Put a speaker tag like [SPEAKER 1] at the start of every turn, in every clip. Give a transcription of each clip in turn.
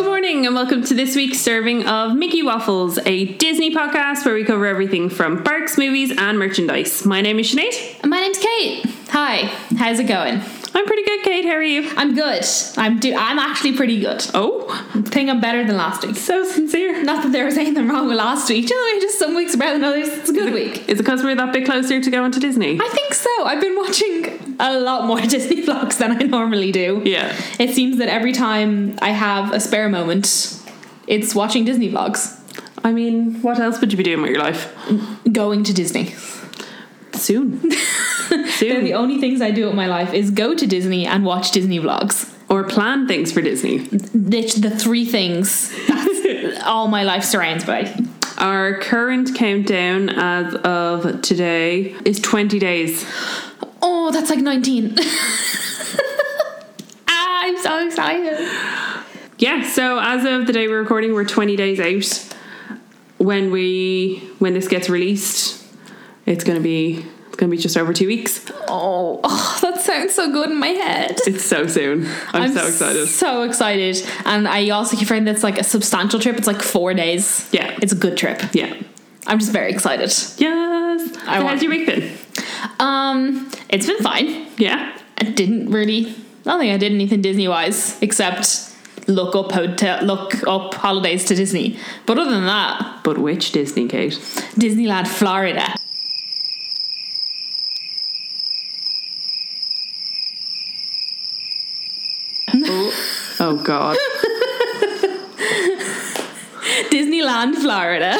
[SPEAKER 1] welcome to this week's serving of Mickey Waffles, a Disney podcast where we cover everything from parks, movies, and merchandise. My name is Sinead.
[SPEAKER 2] And my name's Kate. Hi, how's it going?
[SPEAKER 1] I'm pretty good, Kate. How are you?
[SPEAKER 2] I'm good. I'm do. I'm actually pretty good.
[SPEAKER 1] Oh,
[SPEAKER 2] I think I'm better than last week.
[SPEAKER 1] so sincere.
[SPEAKER 2] Not that there was anything wrong with last week. Just, just some weeks are better than others. It's a good week.
[SPEAKER 1] Is it because we're that bit closer to going to Disney?
[SPEAKER 2] I think so. I've been watching a lot more Disney vlogs than I normally do.
[SPEAKER 1] Yeah.
[SPEAKER 2] It seems that every time I have a spare moment, it's watching Disney vlogs.
[SPEAKER 1] I mean, what else would you be doing with your life?
[SPEAKER 2] Going to Disney.
[SPEAKER 1] Soon.
[SPEAKER 2] They're
[SPEAKER 1] Soon.
[SPEAKER 2] the only things I do in my life is go to Disney and watch Disney vlogs.
[SPEAKER 1] or plan things for Disney.
[SPEAKER 2] Lit- The three things that's all my life surrounds by.
[SPEAKER 1] Our current countdown as of today is 20 days.
[SPEAKER 2] Oh, that's like 19. ah, I'm so excited.
[SPEAKER 1] Yeah, so as of the day we're recording, we're 20 days out. When we when this gets released, it's gonna be it's gonna be just over two weeks.
[SPEAKER 2] Oh, oh, that sounds so good in my head.
[SPEAKER 1] It's so soon. I'm, so excited.
[SPEAKER 2] So excited. And I also keep hearing that's like a substantial trip. It's like four days.
[SPEAKER 1] Yeah.
[SPEAKER 2] It's a good trip.
[SPEAKER 1] Yeah.
[SPEAKER 2] I'm just very excited.
[SPEAKER 1] Yes. So
[SPEAKER 2] want-
[SPEAKER 1] how's your week been?
[SPEAKER 2] Um, it's been fine.
[SPEAKER 1] Yeah.
[SPEAKER 2] I didn't really. I don't think I did anything Disney wise except look up hotel, look up holidays to Disney. But other than that,
[SPEAKER 1] But which Disney, Kate?
[SPEAKER 2] Disneyland Florida.
[SPEAKER 1] Oh, oh God.
[SPEAKER 2] Disneyland Florida.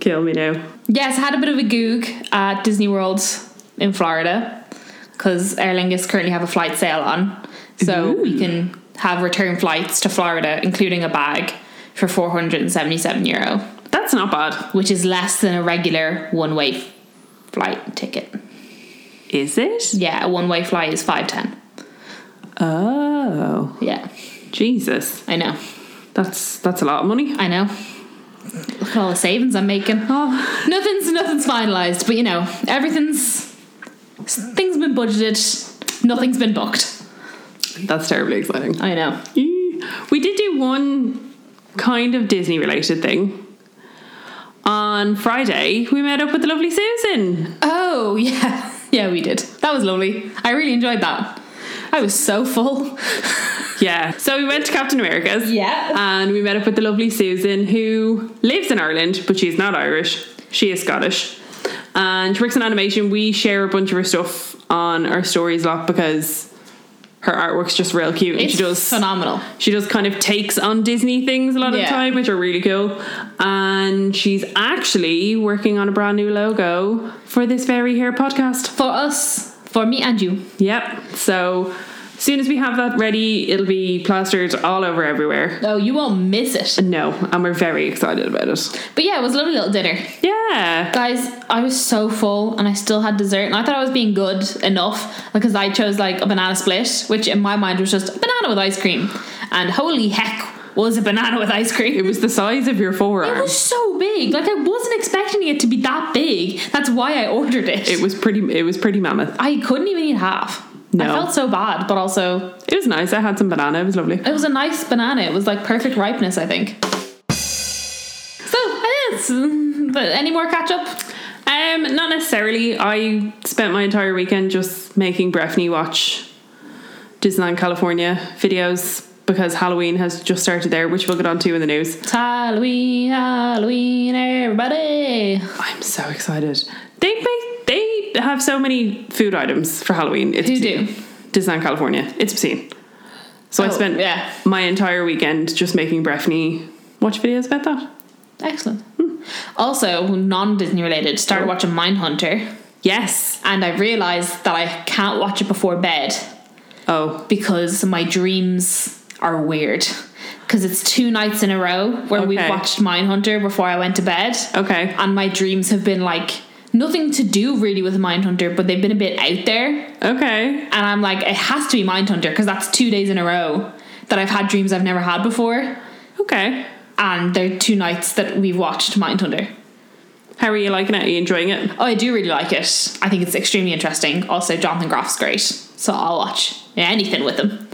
[SPEAKER 1] Kill me now.
[SPEAKER 2] Yes, I had a bit of a goog at Disney World in Florida because Aer Lingus currently have a flight sale on, so we can have return flights to Florida, including a bag, for four hundred and seventy-seven euro,
[SPEAKER 1] That's not bad.
[SPEAKER 2] which is less than a regular one-way flight ticket.
[SPEAKER 1] Is it?
[SPEAKER 2] Yeah, a one-way flight is five ten.
[SPEAKER 1] Oh.
[SPEAKER 2] Yeah,
[SPEAKER 1] Jesus.
[SPEAKER 2] I know,
[SPEAKER 1] That's that's a lot of money.
[SPEAKER 2] I know. Look at all the savings I'm making.
[SPEAKER 1] Oh.
[SPEAKER 2] Nothing's nothing's finalized, but you know everything's things been budgeted. Nothing's been booked.
[SPEAKER 1] That's terribly exciting.
[SPEAKER 2] I know.
[SPEAKER 1] We did do one kind of Disney related thing. On Friday, we met up with the lovely Susan.
[SPEAKER 2] Oh, yeah. Yeah, we did. That was lovely. I really enjoyed that. I was so full.
[SPEAKER 1] Yeah. So we went to Captain America's.
[SPEAKER 2] Yeah.
[SPEAKER 1] And we met up with the lovely Susan, who lives in Ireland, but she's not Irish. She is Scottish. And she works in animation. We share a bunch of her stuff on our stories a lot because her artwork's just real cute. and
[SPEAKER 2] It's
[SPEAKER 1] she does
[SPEAKER 2] phenomenal.
[SPEAKER 1] She does kind of takes on Disney things a lot of
[SPEAKER 2] Yeah.
[SPEAKER 1] the time, which are really cool. And she's actually working on a brand new logo for this very here podcast.
[SPEAKER 2] For us, for me and you.
[SPEAKER 1] Yep. So as soon as we have that ready, it'll be plastered all over everywhere.
[SPEAKER 2] Oh, you won't miss it.
[SPEAKER 1] No, and we're very excited about it.
[SPEAKER 2] But yeah, it was a lovely little dinner.
[SPEAKER 1] Yeah.
[SPEAKER 2] Guys, I was so full and I still had dessert and I thought I was being good enough because I chose like a banana split, which in my mind was just a banana with ice cream. And holy heck, was a banana with ice cream.
[SPEAKER 1] It was the size of your
[SPEAKER 2] It
[SPEAKER 1] forearm.
[SPEAKER 2] was so big. Like I wasn't expecting it to be that big. That's why I ordered it.
[SPEAKER 1] It was pretty it was pretty mammoth.
[SPEAKER 2] I couldn't even eat half.
[SPEAKER 1] No.
[SPEAKER 2] I felt so bad, but also
[SPEAKER 1] It was nice. I had some banana. It was lovely.
[SPEAKER 2] it was a nice banana. It was like perfect ripeness, I think. So, I guess, mm, but any more catch up?
[SPEAKER 1] Um, not necessarily. I spent my entire weekend just making Breffni watch Disneyland California videos because Halloween has just started there, which we'll get onto in the news.
[SPEAKER 2] It's Halloween, Halloween, everybody.
[SPEAKER 1] I'm so excited. They make they have so many food items for Halloween. It's
[SPEAKER 2] Who
[SPEAKER 1] obscene.
[SPEAKER 2] do?
[SPEAKER 1] Disneyland California. It's obscene. So I
[SPEAKER 2] Oh,
[SPEAKER 1] spent
[SPEAKER 2] yeah.
[SPEAKER 1] my entire weekend just making Breffni watch videos about that.
[SPEAKER 2] Excellent. Also, non Disney related, started watching Mindhunter,
[SPEAKER 1] Yes.
[SPEAKER 2] and I realised that I can't watch it before bed
[SPEAKER 1] Oh,
[SPEAKER 2] because my dreams are weird. Because it's two nights in a row where we
[SPEAKER 1] Okay.
[SPEAKER 2] watched Mindhunter before I went to bed.
[SPEAKER 1] okay.
[SPEAKER 2] and my dreams have been like nothing to do really with Mindhunter, but they've been a bit out there.
[SPEAKER 1] Okay.
[SPEAKER 2] And I'm like, it has to be Mindhunter because that's two days in a row that I've had dreams I've never had before.
[SPEAKER 1] Okay.
[SPEAKER 2] And they're two nights that we've watched Mindhunter.
[SPEAKER 1] How are you liking it? Are you enjoying it?
[SPEAKER 2] Oh, I do really like it. I think it's extremely interesting. Also, Jonathan Groff's great. So I'll watch anything with him.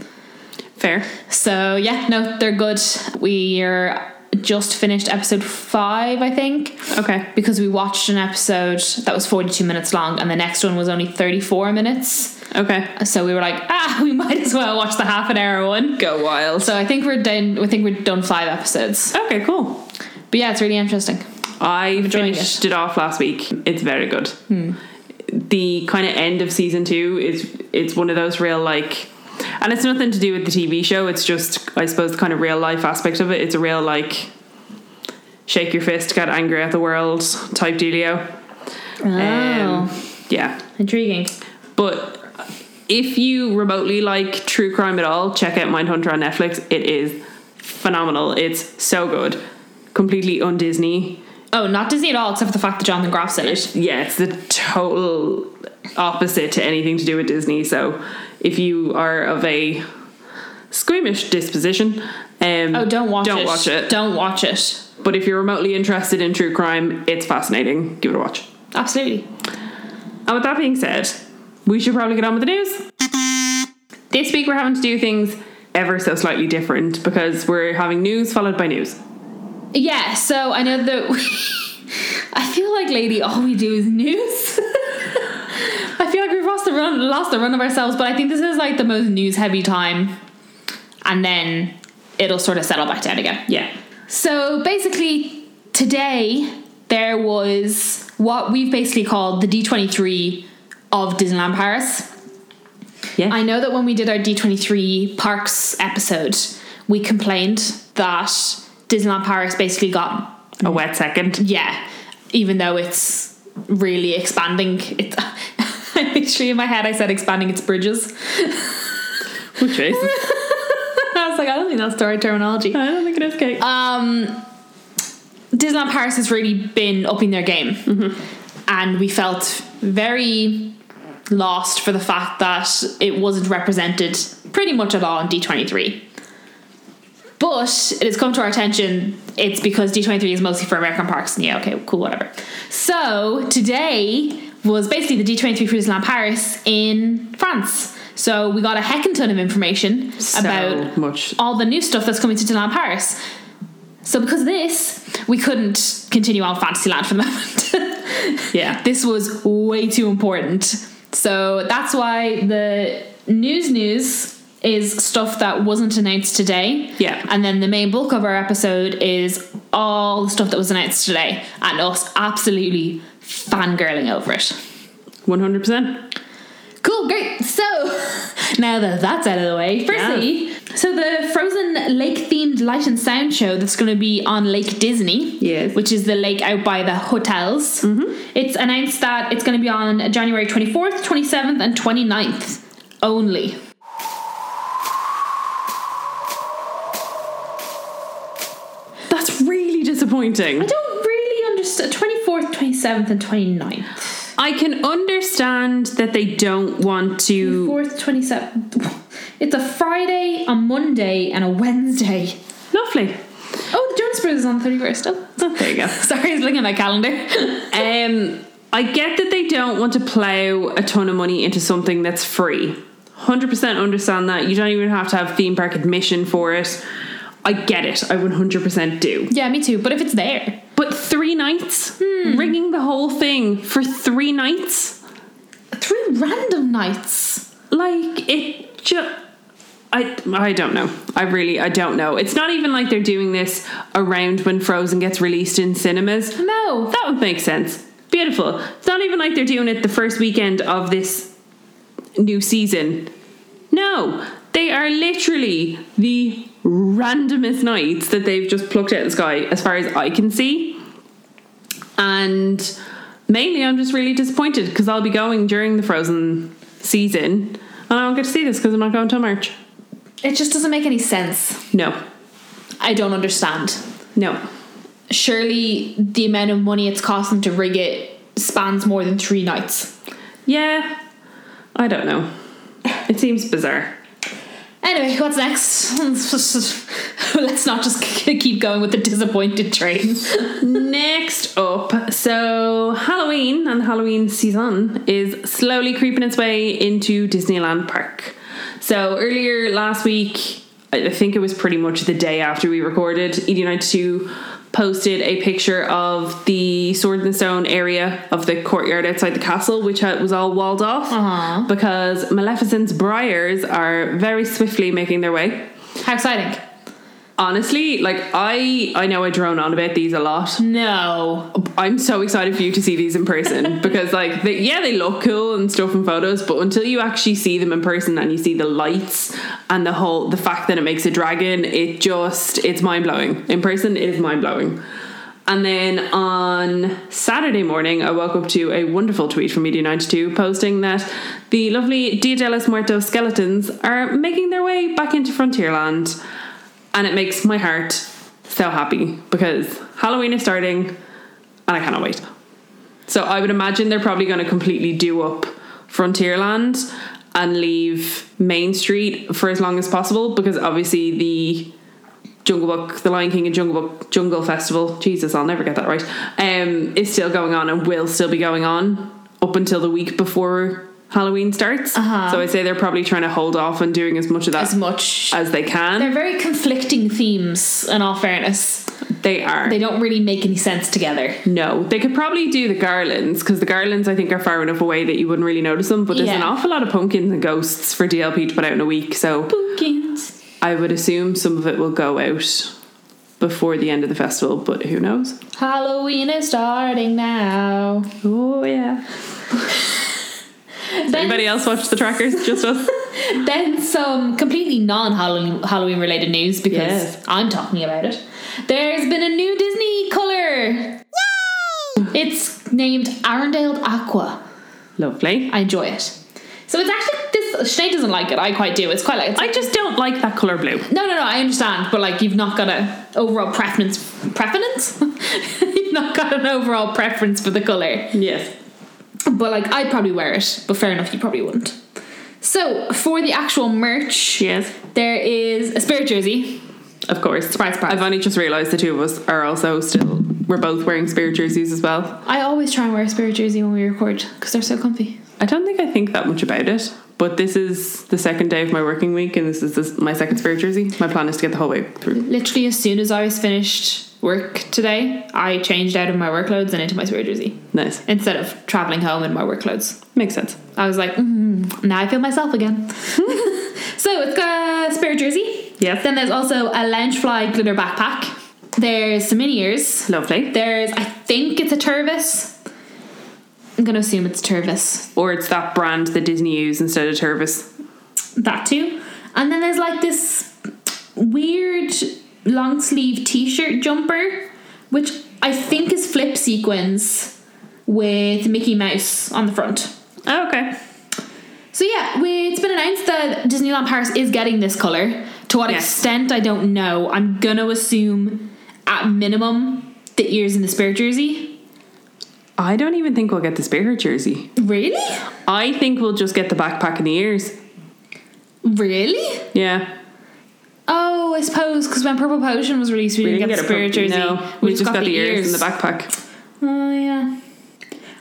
[SPEAKER 1] Fair.
[SPEAKER 2] So yeah, no, they're good. We are just finished episode five, I think,
[SPEAKER 1] Okay.
[SPEAKER 2] because we watched an episode that was 42 minutes long and the next one was only 34 minutes.
[SPEAKER 1] Okay.
[SPEAKER 2] So we were like, ah, we might as well watch the half an hour one.
[SPEAKER 1] Go wild.
[SPEAKER 2] So I think we're done. We think we've done five episodes.
[SPEAKER 1] Okay, cool.
[SPEAKER 2] But yeah, it's really interesting.
[SPEAKER 1] I
[SPEAKER 2] enjoying
[SPEAKER 1] finished it. off last week. It's very good. The kind of end of season two is it's one of those real like, and it's nothing to do with the TV show. It's just I suppose the kind of real life aspect of it. It's a real like, shake your fist, get angry at the world type dealio.
[SPEAKER 2] Oh.
[SPEAKER 1] Um, yeah,
[SPEAKER 2] intriguing.
[SPEAKER 1] but if you remotely like true crime at all, check out Mindhunter on Netflix. It is phenomenal. It's so good. Completely un Disney.
[SPEAKER 2] Oh, not Disney at all, except for the fact that Jonathan Groff's in it.
[SPEAKER 1] Yeah, it's the total opposite to anything to do with Disney. So if you are of a squeamish disposition, um,
[SPEAKER 2] Oh, don't watch
[SPEAKER 1] don't
[SPEAKER 2] it.
[SPEAKER 1] watch it.
[SPEAKER 2] Don't watch it.
[SPEAKER 1] But if you're remotely interested in true crime, it's fascinating. Give it a watch.
[SPEAKER 2] Absolutely.
[SPEAKER 1] And with that being said, we should probably get on with the news. This week we're having to do things ever so slightly different because we're having news followed by news.
[SPEAKER 2] Yeah, so I know that we, I feel like, lady, all we do is news. I feel like we've lost the run, lost the run of ourselves, but I think this is like the most news-heavy time, and then it'll sort of settle back down again.
[SPEAKER 1] Yeah.
[SPEAKER 2] So basically, today there was what we've basically called the D23 of Disneyland Paris.
[SPEAKER 1] Yeah.
[SPEAKER 2] I know that when we did our D23 parks episode, we complained that Disneyland Paris basically got,
[SPEAKER 1] a wet second.
[SPEAKER 2] yeah, even though it's really expanding. It, literally in my head, I said expanding its bridges.
[SPEAKER 1] Which is
[SPEAKER 2] I was like, I don't think that's the right terminology.
[SPEAKER 1] I don't think it is cake.
[SPEAKER 2] um, Disneyland Paris has really been upping their game, and we felt very lost for the fact that it wasn't represented pretty much at all in D twenty three. But it has come to our attention it's because D23 is mostly for American parks. And yeah, okay, cool, whatever. So today was basically the D23 for Disneyland Paris in France. So we got a heckin' ton of information
[SPEAKER 1] So
[SPEAKER 2] about
[SPEAKER 1] much.
[SPEAKER 2] all the new stuff that's coming to Disneyland Paris. So because of this, we couldn't continue on Fantasyland for the moment.
[SPEAKER 1] Yeah.
[SPEAKER 2] This was way too important. So that's why the news news is stuff that wasn't announced today.
[SPEAKER 1] Yeah.
[SPEAKER 2] And then the main bulk of our episode is all the stuff that was announced today and us absolutely fangirling over it.
[SPEAKER 1] One hundred percent.
[SPEAKER 2] Cool, great. So now that that's out of the way, firstly, so the Frozen Lake themed light and sound show that's going to be on Lake Disney,
[SPEAKER 1] Yes.
[SPEAKER 2] which is the lake out by the hotels. It's announced that it's going to be on January 24th, 27th, and 29th only.
[SPEAKER 1] That's really disappointing.
[SPEAKER 2] I don't really understand 24th, 27th, and 29th.
[SPEAKER 1] I can understand that they don't want to.
[SPEAKER 2] 4th, 27th. It's a Friday, a Monday, and a Wednesday.
[SPEAKER 1] Lovely.
[SPEAKER 2] Oh, the Jonas Brothers is on the 31st. Oh.
[SPEAKER 1] Oh, there you go.
[SPEAKER 2] Sorry, I was looking at my calendar.
[SPEAKER 1] Um, I get that they don't want to plow a ton of money into something that's free. 100% understand that. You don't even have to have theme park admission for it. I get it. I 100% do.
[SPEAKER 2] Yeah, me too. But if it's there,
[SPEAKER 1] But three nights? Rigging the whole thing for three nights?
[SPEAKER 2] three random nights.
[SPEAKER 1] Like, it just. I, I don't know. I really I don't know. It's not even like they're doing this around when Frozen gets released in cinemas.
[SPEAKER 2] No.
[SPEAKER 1] That would make sense. Beautiful. It's not even like they're doing it the first weekend of this new season. No, they are literally the randomest nights that they've just plucked out of the sky, as far as I can see. And mainly, I'm just really disappointed because I'll be going during the Frozen season and I won't get to see this because I'm not going till March.
[SPEAKER 2] It just doesn't make any sense.
[SPEAKER 1] No,
[SPEAKER 2] I don't understand.
[SPEAKER 1] no.
[SPEAKER 2] Surely the amount of money it's costing to rig it spans more than three nights.
[SPEAKER 1] Yeah, I don't know. It seems bizarre.
[SPEAKER 2] Anyway, what's next? Let's not just keep going with the disappointed train.
[SPEAKER 1] Next up, so Halloween and the Halloween season is slowly creeping its way into Disneyland Park. So earlier last week, I think it was pretty much the day after we recorded, ED92 posted a picture of the Sword and Stone area of the courtyard outside the castle, which had, was all walled off
[SPEAKER 2] Uh-huh.
[SPEAKER 1] because Maleficent's briars are very swiftly making their way.
[SPEAKER 2] How exciting.
[SPEAKER 1] Honestly, like I, I know I drone on about these a lot.
[SPEAKER 2] No.
[SPEAKER 1] I'm so excited for you to see these in person because, like, they, yeah, they look cool and stuff in photos, but until you actually see them in person and you see the lights and the whole the fact that it makes a dragon, it just it's mind blowing. In person, it is mind blowing. And then on Saturday morning, I woke up to a wonderful tweet from Media 92 posting that the lovely Dia de los Muertos skeletons are making their way back into Frontierland. And it makes my heart so happy because Halloween is starting and I cannot wait. So I would imagine they're probably going to completely do up Frontierland and leave Main Street for as long as possible because obviously the Jungle Book, the Lion King and Jungle Book Jungle Festival, Jesus, I'll never get that right, um, is still going on and will still be going on up until the week before Halloween starts.
[SPEAKER 2] Uh-huh.
[SPEAKER 1] So I say they're probably trying to hold off on doing as much of that
[SPEAKER 2] As
[SPEAKER 1] as,
[SPEAKER 2] much.
[SPEAKER 1] they can.
[SPEAKER 2] They're very conflicting themes, in all fairness.
[SPEAKER 1] they are.
[SPEAKER 2] They don't really make any sense together.
[SPEAKER 1] No, they could probably do the garlands because the garlands I think are far enough away that you wouldn't really notice them. But there's an
[SPEAKER 2] Yeah.
[SPEAKER 1] awful lot of pumpkins and ghosts for DLP to put out in a week, so
[SPEAKER 2] Bookings.
[SPEAKER 1] I would assume some of it will go out before the end of the festival. But who knows?
[SPEAKER 2] Halloween is starting now.
[SPEAKER 1] Oh yeah.
[SPEAKER 2] Then
[SPEAKER 1] Anybody else watch the trackers? Just us.
[SPEAKER 2] Then some completely non Halloween related news because
[SPEAKER 1] Yes.
[SPEAKER 2] I'm talking about it. There's been a new Disney color. It's named Arendelle Aqua.
[SPEAKER 1] Lovely.
[SPEAKER 2] I enjoy it. So it's actually this. Sinead doesn't like it. I quite do. It's quite like it's
[SPEAKER 1] I just don't like that color blue.
[SPEAKER 2] no, no, no. I understand, but like you've not got a overall preference. Preference? you've not got an overall preference for the color.
[SPEAKER 1] Yes.
[SPEAKER 2] But like I'd probably wear it. But fair enough, you probably wouldn't. So for the actual merch,
[SPEAKER 1] Yes.
[SPEAKER 2] there is a spirit jersey.
[SPEAKER 1] Of course.
[SPEAKER 2] Surprise, surprise.
[SPEAKER 1] I've only just realised the two of us are also still. We're both wearing spirit jerseys as well.
[SPEAKER 2] I always try and wear a spirit jersey when we record because they're so comfy.
[SPEAKER 1] I don't think I think that much about it, but this is the second day of my working week, and this is this, my second spirit jersey. My plan is to get the whole way through.
[SPEAKER 2] Literally, as soon as I was finished work today, I changed out of my work clothes and into my spirit jersey
[SPEAKER 1] Nice,
[SPEAKER 2] instead of traveling home in my work clothes.
[SPEAKER 1] makes sense.
[SPEAKER 2] I was like, mm, now I feel myself again. so it's got a spirit jersey.
[SPEAKER 1] Yes.
[SPEAKER 2] Then there's also a loungefly glitter backpack. There's some mini ears.
[SPEAKER 1] Lovely.
[SPEAKER 2] There's, I think it's a turvis. I'm gonna assume it's turvis.
[SPEAKER 1] Or it's that brand that Disney use instead of Tervis.
[SPEAKER 2] that too. And then there's like this weird long sleeve t shirt jumper, which I think is flip sequins with Mickey Mouse on the front.
[SPEAKER 1] Oh, okay.
[SPEAKER 2] So yeah, we, it's been announced that Disneyland Paris is getting this color. To what
[SPEAKER 1] Yes.
[SPEAKER 2] extent I don't know. I'm gonna assume at minimum the ears in the spirit jersey.
[SPEAKER 1] I don't even think we'll get the spirit jersey.
[SPEAKER 2] Really?
[SPEAKER 1] I think we'll just get the backpack and the ears.
[SPEAKER 2] Really?
[SPEAKER 1] Yeah.
[SPEAKER 2] Oh, I suppose because when Purple Potion was released, we, didn't get, the spirit
[SPEAKER 1] pro-
[SPEAKER 2] jersey.
[SPEAKER 1] No, we, just got, the ears. and the backpack.
[SPEAKER 2] Oh yeah.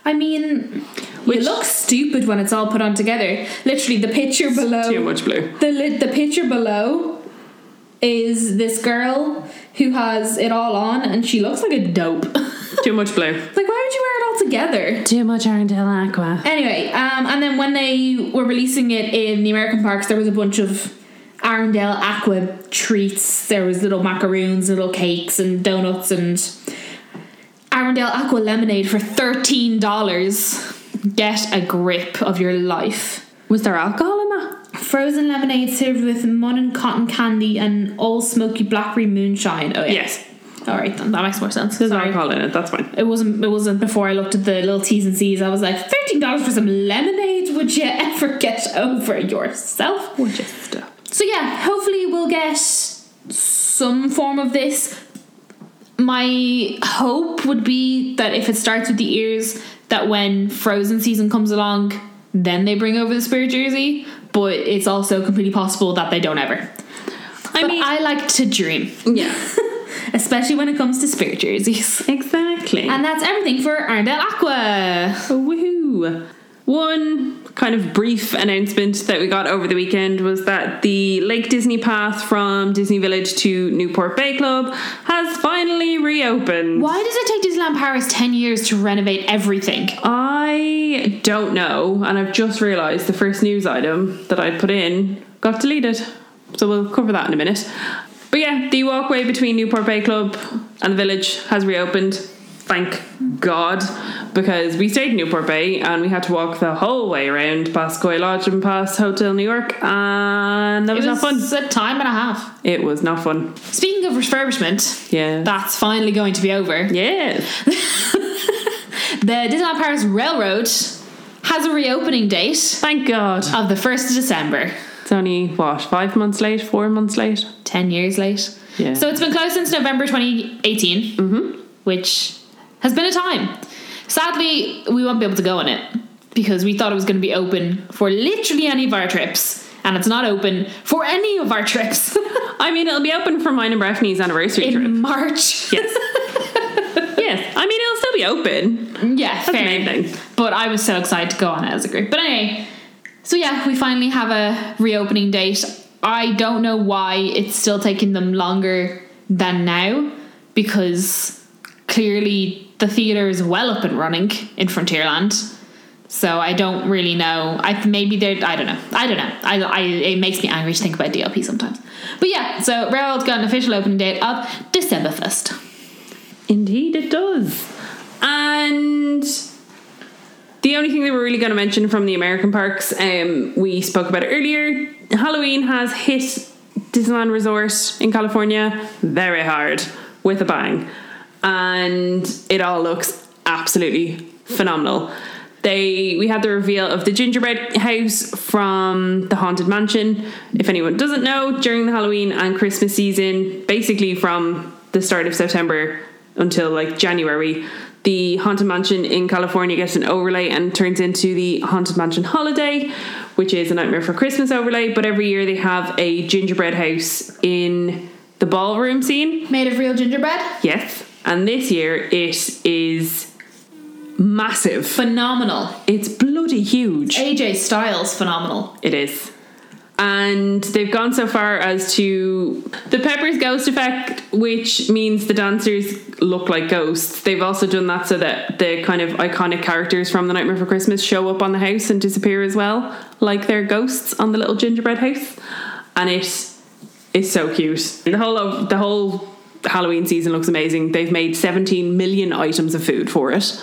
[SPEAKER 2] I mean,
[SPEAKER 1] Which-
[SPEAKER 2] it looks stupid when it's all put on together. Literally, the picture
[SPEAKER 1] Too
[SPEAKER 2] below
[SPEAKER 1] much blue.
[SPEAKER 2] the li- the picture below is this girl who has it all on, and she looks like a dope. like,
[SPEAKER 1] Too much blue.
[SPEAKER 2] why would you wear it all together?
[SPEAKER 1] Too much Arendelle Aqua.
[SPEAKER 2] Anyway, um, and then when they were releasing it in the American parks, there was a bunch of Arendelle Aqua treats. There was little macaroons, little cakes, and donuts, and Arendelle Aqua lemonade for thirteen dollars. Get a grip of your life.
[SPEAKER 1] Was there alcohol in that?
[SPEAKER 2] Frozen lemonade served with mud and cotton candy and all smoky blackberry moonshine. Oh yeah.
[SPEAKER 1] Yes.
[SPEAKER 2] All right, then that makes more sense.
[SPEAKER 1] There's
[SPEAKER 2] Sorry.
[SPEAKER 1] alcohol in it. That's fine.
[SPEAKER 2] It wasn't. It wasn't before I looked at the little T's and C's. I was like, thirteen dollars for some lemonade. Would you ever get over yourself? So yeah, hopefully we'll get some form of this. My hope would be that if it starts with the ears, that when Frozen season comes along, then they bring over the spirit jersey. But it's also completely possible that they don't ever. I
[SPEAKER 1] mean-
[SPEAKER 2] I like to dream,
[SPEAKER 1] Yeah.
[SPEAKER 2] especially when it comes to spirit jerseys.
[SPEAKER 1] Exactly.
[SPEAKER 2] And that's everything for Arendelle Aqua.
[SPEAKER 1] Woohoo! One kind of brief announcement that we got over the weekend was that the Lake Disney path from Disney Village to Newport Bay Club has finally reopened.
[SPEAKER 2] Why does it take Disneyland Paris 10 years to renovate everything?
[SPEAKER 1] I don't know, and I've just realised the first news item that I put in got deleted. So we'll cover that in a minute. But yeah, the walkway between Newport Bay Club and the village has reopened. Thank God, because we stayed in Newport Bay and we had to walk the whole way around past Coy Lodge and past Hotel New York, and that was, not fun.
[SPEAKER 2] a time and a half.
[SPEAKER 1] It was not fun.
[SPEAKER 2] Speaking of refurbishment,
[SPEAKER 1] Yeah.
[SPEAKER 2] that's finally going to be over.
[SPEAKER 1] yeah.
[SPEAKER 2] The Disneyland Paris Railroad has a reopening date
[SPEAKER 1] Thank God.
[SPEAKER 2] of the 1st of December.
[SPEAKER 1] It's only, what, five months late? Four months late?
[SPEAKER 2] 10 years late.
[SPEAKER 1] Yeah. Mm-hmm.
[SPEAKER 2] So it's been closed since November 2018, which has been a time. Sadly, we won't be able to go on it because we thought it was going to be open for literally any of our trips, and it's not open for any of our trips
[SPEAKER 1] I mean, it'll be open for mine and Breffney's anniversary trip.
[SPEAKER 2] in
[SPEAKER 1] Yes.
[SPEAKER 2] March.
[SPEAKER 1] yes. I mean, it'll still be open.
[SPEAKER 2] Yeah, fair.
[SPEAKER 1] amazing.
[SPEAKER 2] But I was so excited to go on it as a group. But anyway, so yeah, we finally have a reopening date. I don't know why it's still taking them longer than now because clearly the theater is well up and running in Frontierland. So I don't really know. I maybe they I don't know. I don't know. I, I it makes me angry to think about DLP sometimes. But yeah, so Railroad's got an official opening date of December first.
[SPEAKER 1] Indeed, it does. And the only thing that we're really going to mention from the American parks, um, we spoke about it earlier. Halloween has hit Disneyland Resort in California very hard with a bang, and it all looks absolutely phenomenal. They we had the reveal of the gingerbread house from the haunted mansion. If anyone doesn't know, during the Halloween and Christmas season, basically from the start of September until like January, the Haunted Mansion in California gets an overlay and turns into the Haunted Mansion Holiday, which is a Nightmare for Christmas overlay. But every year they have a gingerbread house in the ballroom scene.
[SPEAKER 2] Made of real gingerbread.
[SPEAKER 1] Yes. And this year it is massive.
[SPEAKER 2] Phenomenal.
[SPEAKER 1] It's bloody huge.
[SPEAKER 2] AJ Styles phenomenal.
[SPEAKER 1] It is. And they've gone so far as to the Pepper's Ghost effect, which means the dancers look like ghosts. They've also done that so that the kind of iconic characters from The Nightmare for Christmas show up on the house and disappear as well, like they're ghosts on the little gingerbread house. And it is so cute. The whole of the whole Halloween season looks amazing. They've made 17 million items of food for it.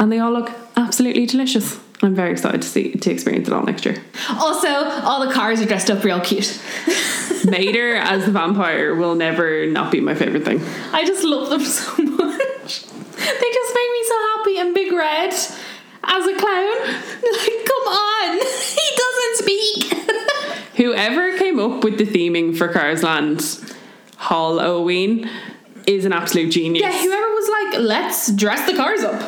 [SPEAKER 1] And they all look absolutely delicious. I'm very excited to see to experience it all next year.
[SPEAKER 2] Also, all the cars are dressed up real cute.
[SPEAKER 1] Mater as the vampire will never not be my favorite thing.
[SPEAKER 2] I just love them so much. They just make me so happy and big red as a clown. Like, come on. He doesn't speak.
[SPEAKER 1] Whoever came up with the theming for Cars Land Halloween is an absolute genius.
[SPEAKER 2] yeah, whoever was like, let's dress the cars up.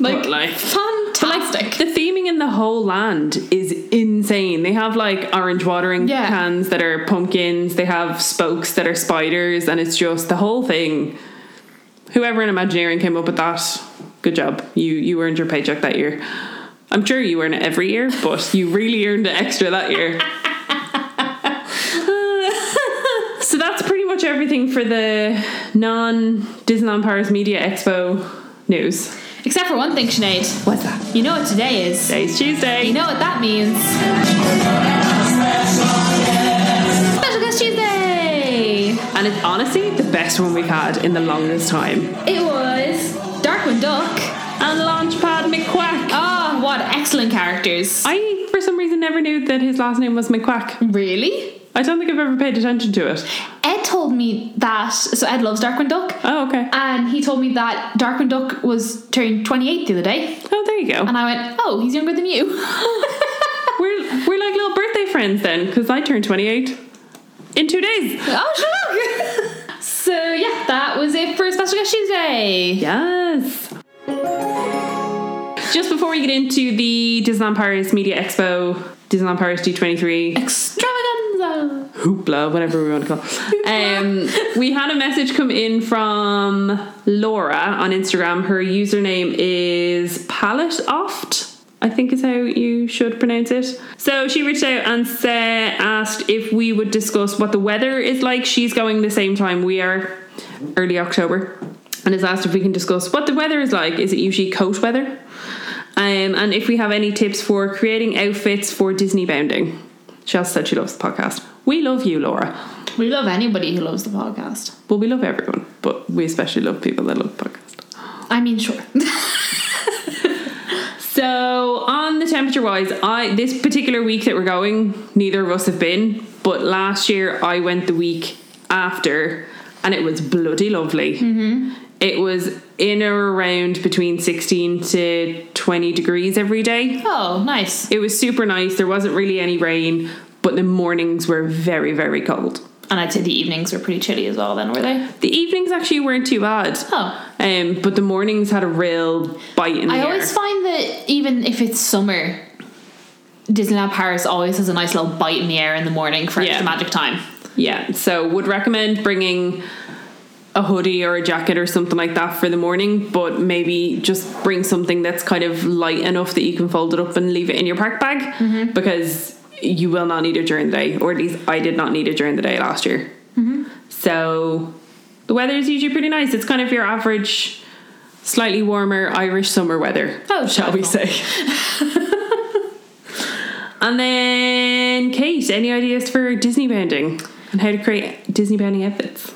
[SPEAKER 2] Like,
[SPEAKER 1] But, like-
[SPEAKER 2] fantastic.
[SPEAKER 1] The theming in the whole land is insane. They have like orange watering
[SPEAKER 2] Yeah.
[SPEAKER 1] cans that are pumpkins, they have spokes that are spiders, and it's just the whole thing. Whoever in Imagineering came up with that, good job. You you earned your paycheck that year. I'm sure you earn it every year, but you really earned it extra that year. so that's pretty much everything for the non Disneyland Paris Media Expo news.
[SPEAKER 2] Except for one thing, Sinead.
[SPEAKER 1] What's that?
[SPEAKER 2] You know what today is.
[SPEAKER 1] Today's Tuesday.
[SPEAKER 2] You know what that means. Special Guest Tuesday!
[SPEAKER 1] And it's honestly the best one we've had in the longest time.
[SPEAKER 2] It was Darkwing Duck.
[SPEAKER 1] And Launchpad McQuack.
[SPEAKER 2] Oh, what excellent characters.
[SPEAKER 1] I, for some reason, never knew that his last name was McQuack.
[SPEAKER 2] really?
[SPEAKER 1] I don't think I've ever paid attention to it.
[SPEAKER 2] Ed told me that. So Ed loves Darkwing Duck.
[SPEAKER 1] Oh, okay.
[SPEAKER 2] And he told me that Darkwing Duck was turned 28 the other day.
[SPEAKER 1] Oh, there you go.
[SPEAKER 2] And I went, oh, he's younger than you.
[SPEAKER 1] We're, we're like little birthday friends then, because I turned 28 in two days.
[SPEAKER 2] oh, shut up. so, yeah, that was it for Special Guest Tuesday.
[SPEAKER 1] Yes. Just before we get into the Disneyland Paris Media Expo, Disneyland Paris D23,
[SPEAKER 2] Extravaganza.
[SPEAKER 1] hoopla, whatever we want to call. it. Um, we had a message come in from Laura on Instagram. Her username is palette oft. I think is how you should pronounce it. So she reached out and said, asked if we would discuss what the weather is like. She's going the same time we are, early October, and has asked if we can discuss what the weather is like. Is it usually coat weather? Um, and if we have any tips for creating outfits for Disney bounding. She also said she loves the podcast. We love you, Laura.
[SPEAKER 2] We love anybody who loves the podcast.
[SPEAKER 1] Well, we love everyone, but we especially love people that love the podcast.
[SPEAKER 2] I mean, sure.
[SPEAKER 1] So on the temperature wise, I this particular week that we're going, neither of us have been. But last year I went the week after, and it was bloody lovely. It was in or around between sixteen to twenty degrees every day.
[SPEAKER 2] Oh, nice.
[SPEAKER 1] It was super nice. There wasn't really any rain, but the mornings were very very cold.
[SPEAKER 2] And I'd say the evenings were pretty chilly as well, then, were they?
[SPEAKER 1] The evenings actually weren't too bad.
[SPEAKER 2] Oh.
[SPEAKER 1] Um, but the mornings had a real bite in the
[SPEAKER 2] I
[SPEAKER 1] air.
[SPEAKER 2] always find that even if it's summer, Disneyland Paris always has a nice little bite in the air in the morning for
[SPEAKER 1] Yeah.
[SPEAKER 2] extra magic time.
[SPEAKER 1] Yeah, so would recommend bringing a hoodie or a jacket or something like that for the morning, but maybe just bring something that's kind of light enough that you can fold it up and leave it in your pack bag because you will not need it during the day, or at least I did not need it during the day last year. So the weather is usually pretty nice. It's kind of your average, slightly warmer Irish summer weather
[SPEAKER 2] Oh,
[SPEAKER 1] shall we say. and then, Kate, any ideas for Disney banding and how to create Disney banding outfits?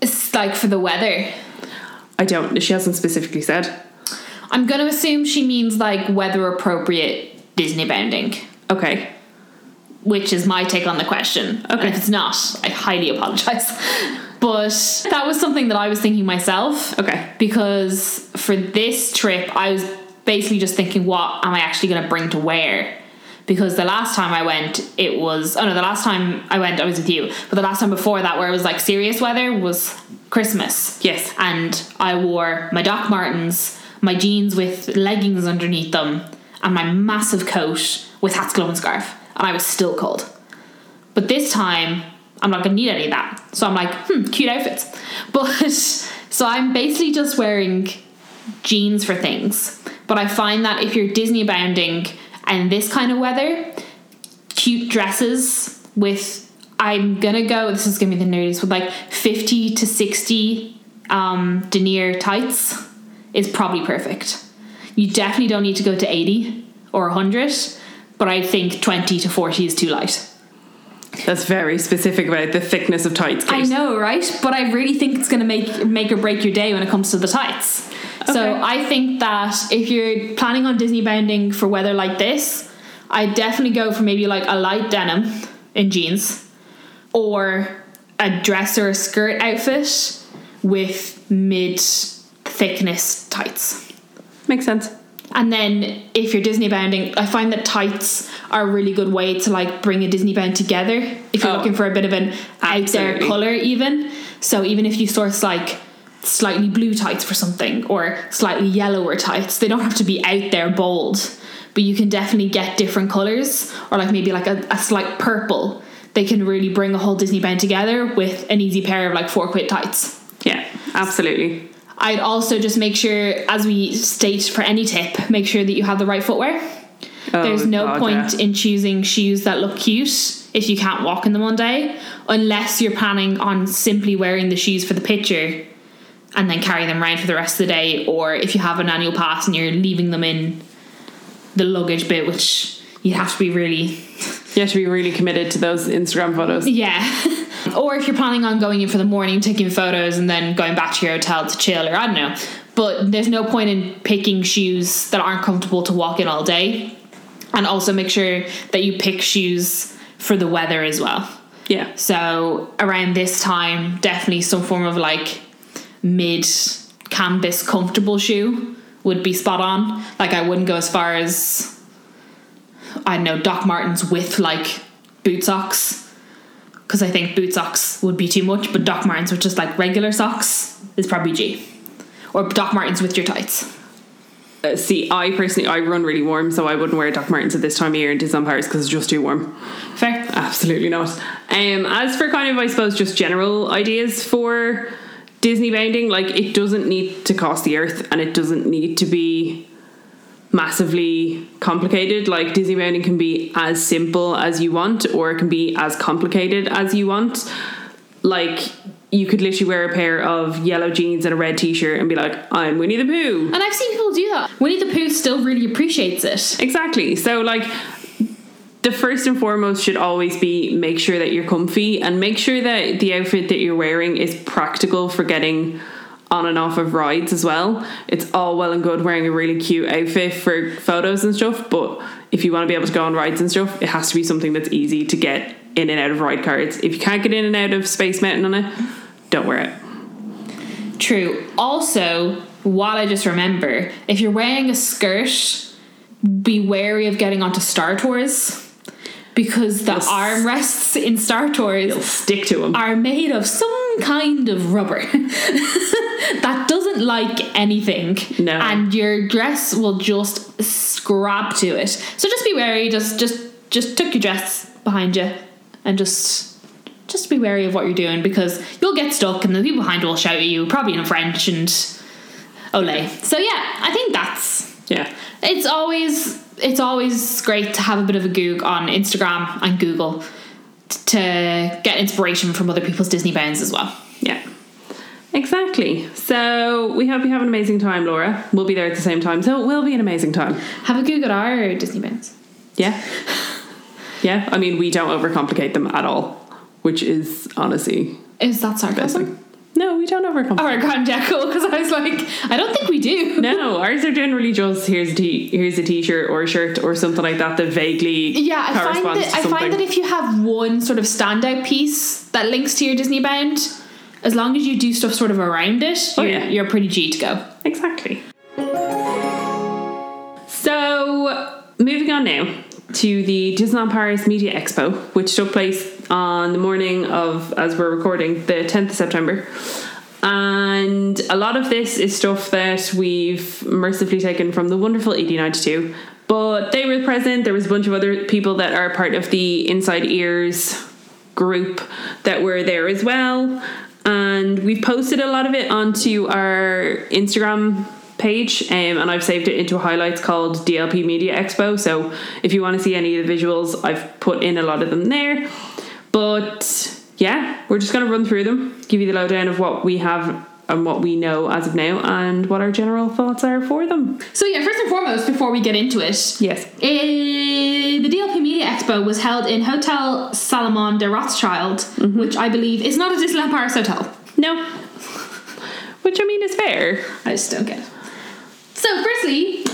[SPEAKER 2] It's like for the weather.
[SPEAKER 1] I don't. She hasn't specifically said.
[SPEAKER 2] I'm going to assume she means like weather appropriate Disney bounding,
[SPEAKER 1] Okay.
[SPEAKER 2] which is my take on the question. And
[SPEAKER 1] Okay.
[SPEAKER 2] if it's not, I highly apologize. but that was something that I was thinking myself.
[SPEAKER 1] Okay.
[SPEAKER 2] Because for this trip, I was basically just thinking, what am I actually going to bring to wear? Because the last time I went, it was oh no, the last time I went, I was with you. But the last time before that, where it was like serious weather, was Christmas.
[SPEAKER 1] Yes.
[SPEAKER 2] And I wore my Doc Martens, my jeans with leggings underneath them, and my massive coat with hat, glove, and scarf. And I was still cold. But this time, I'm not gonna need any of that. So I'm like, hmm, cute outfits. But so I'm basically just wearing jeans for things. But I find that if you're Disney bounding and this kind of weather, cute dresses with I'm gonna go. This is gonna be the nerdiest with like fifty to sixty um, denier tights is probably perfect. You definitely don't need to go to eighty or hundred, but I think twenty to forty is too light.
[SPEAKER 1] That's very specific about the thickness of tights, Kate.
[SPEAKER 2] I know, right? But I really think it's going to make make or break your day when it comes to the tights. So
[SPEAKER 1] Okay.
[SPEAKER 2] I think that if you're planning on Disney bounding for weather like this, I definitely go for maybe like a light denim in jeans, or a dress or a skirt outfit with mid thickness tights.
[SPEAKER 1] Makes sense.
[SPEAKER 2] And then if you're Disney bounding, I find that tights are a really good way to like bring a Disney bound together if you're
[SPEAKER 1] Oh.
[SPEAKER 2] looking for a bit of an out there
[SPEAKER 1] Absolutely.
[SPEAKER 2] colour even. So even if you source like slightly blue tights for something or slightly yellower tights, they don't have to be out there bold. But you can definitely get different colours or like maybe like a, a slight purple. They can really bring a whole Disney bound together with an easy pair of like four quid tights.
[SPEAKER 1] Yeah, absolutely.
[SPEAKER 2] I'd also just make sure, as we state for any tip, make sure that you have the right footwear.
[SPEAKER 1] Oh,
[SPEAKER 2] There's no
[SPEAKER 1] God,
[SPEAKER 2] point
[SPEAKER 1] yeah.
[SPEAKER 2] in choosing shoes that look cute if you can't walk in them one day, unless you're planning on simply wearing the shoes for the picture and then carrying them around for the rest of the day, or if you have an annual pass and you're leaving them in the luggage bit, which you have to be really
[SPEAKER 1] You have to be really committed to those Instagram photos.
[SPEAKER 2] yeah. or if you're planning on going in for the morning, taking photos, and then going back to your hotel to chill, or I don't know. But there's no point in picking shoes that aren't comfortable to walk in all day. And also make sure that you pick shoes for the weather as well.
[SPEAKER 1] Yeah.
[SPEAKER 2] So around this time, definitely some form of like mid canvas comfortable shoe would be spot on. Like I wouldn't go as far as I don't know Doc Martens with like boot socks because I think boot socks would be too much, but Doc Martens with just like regular socks is probably G. Or Doc Martens with your tights.
[SPEAKER 1] Uh, see, I personally, I run really warm, so I wouldn't wear Doc Martens at this time of year in Disneyland Paris because it's just too warm.
[SPEAKER 2] Fair.
[SPEAKER 1] Absolutely not. Um, as for kind of, I suppose, just general ideas for Disney bounding, like it doesn't need to cost the earth and it doesn't need to be massively complicated. Like Disney bounding can be as simple as you want, or it can be as complicated as you want. Like you could literally wear a pair of yellow jeans and a red t-shirt and be like, "I'm Winnie the Pooh."
[SPEAKER 2] And I've seen people do that. Winnie the Pooh still really appreciates it.
[SPEAKER 1] Exactly. So like the first and foremost should always be make sure that you're comfy and make sure that the outfit that you're wearing is practical for getting on and off of rides as well. It's all well and good wearing a really cute outfit for photos and stuff, but if you want to be able to go on rides and stuff, it has to be something that's easy to get in and out of ride cards. If you can't get in and out of Space Mountain on it, don't wear it.
[SPEAKER 2] True. Also, what I just remember, if you're wearing a skirt, be wary of getting onto Star Tours because the
[SPEAKER 1] Yes.
[SPEAKER 2] armrests in Star Tours
[SPEAKER 1] Stick to them.
[SPEAKER 2] are made of some kind of rubber that doesn't like anything.
[SPEAKER 1] No.
[SPEAKER 2] And your dress will just scrap to it. So just be wary, just just just tuck your dress behind you and just just be wary of what you're doing because you'll get stuck and the people behind will shout at you, probably in French and ole. So yeah, I think that's
[SPEAKER 1] Yeah.
[SPEAKER 2] it's always it's always great to have a bit of a goog on Instagram and Google t- to get inspiration from other people's Disney bounds as well.
[SPEAKER 1] Yeah. Exactly. So we hope you have an amazing time, Laura. We'll be there at the same time. So it will be an amazing time.
[SPEAKER 2] Have a goog at our Disney bounds.
[SPEAKER 1] Yeah. Yeah. I mean, we don't overcomplicate them at all, which is honestly
[SPEAKER 2] Is that
[SPEAKER 1] best
[SPEAKER 2] sarcasm?
[SPEAKER 1] thing. No, we don't overcomplicate.
[SPEAKER 2] Oh my god, yeah, cool. Because I was like, I don't think we do.
[SPEAKER 1] No, ours are generally just here's a t here's a t shirt or a shirt or something like that that vaguely
[SPEAKER 2] Yeah, I find
[SPEAKER 1] corresponds
[SPEAKER 2] that
[SPEAKER 1] to
[SPEAKER 2] I
[SPEAKER 1] something.
[SPEAKER 2] find that if you have one sort of standout piece that links to your Disney bound, as long as you do stuff sort of around it,
[SPEAKER 1] Oh,
[SPEAKER 2] you're,
[SPEAKER 1] yeah.
[SPEAKER 2] you're pretty G to go.
[SPEAKER 1] exactly. So moving on now to the Disneyland Paris Media Expo, which took place on the morning of as we're recording the tenth of September. And a lot of this is stuff that we've mercifully taken from the wonderful ED92. But they were present. There was a bunch of other people that are part of the Inside Ears group that were there as well. And we've posted a lot of it onto our Instagram page, um, and I've saved it into highlights called DLP Media Expo. So if you want to see any of the visuals, I've put in a lot of them there. But yeah, we're just going to run through them, give you the lowdown of what we have and what we know as of now, and what our general thoughts are for them.
[SPEAKER 2] So yeah, first and foremost, before we get into it,
[SPEAKER 1] Yes.
[SPEAKER 2] Eh, the DLP Media Expo was held in Hotel Salomon de Rothschild, which I believe is not a Disneyland Paris hotel.
[SPEAKER 1] No. Which I mean is fair.
[SPEAKER 2] I just don't get it. So, firstly,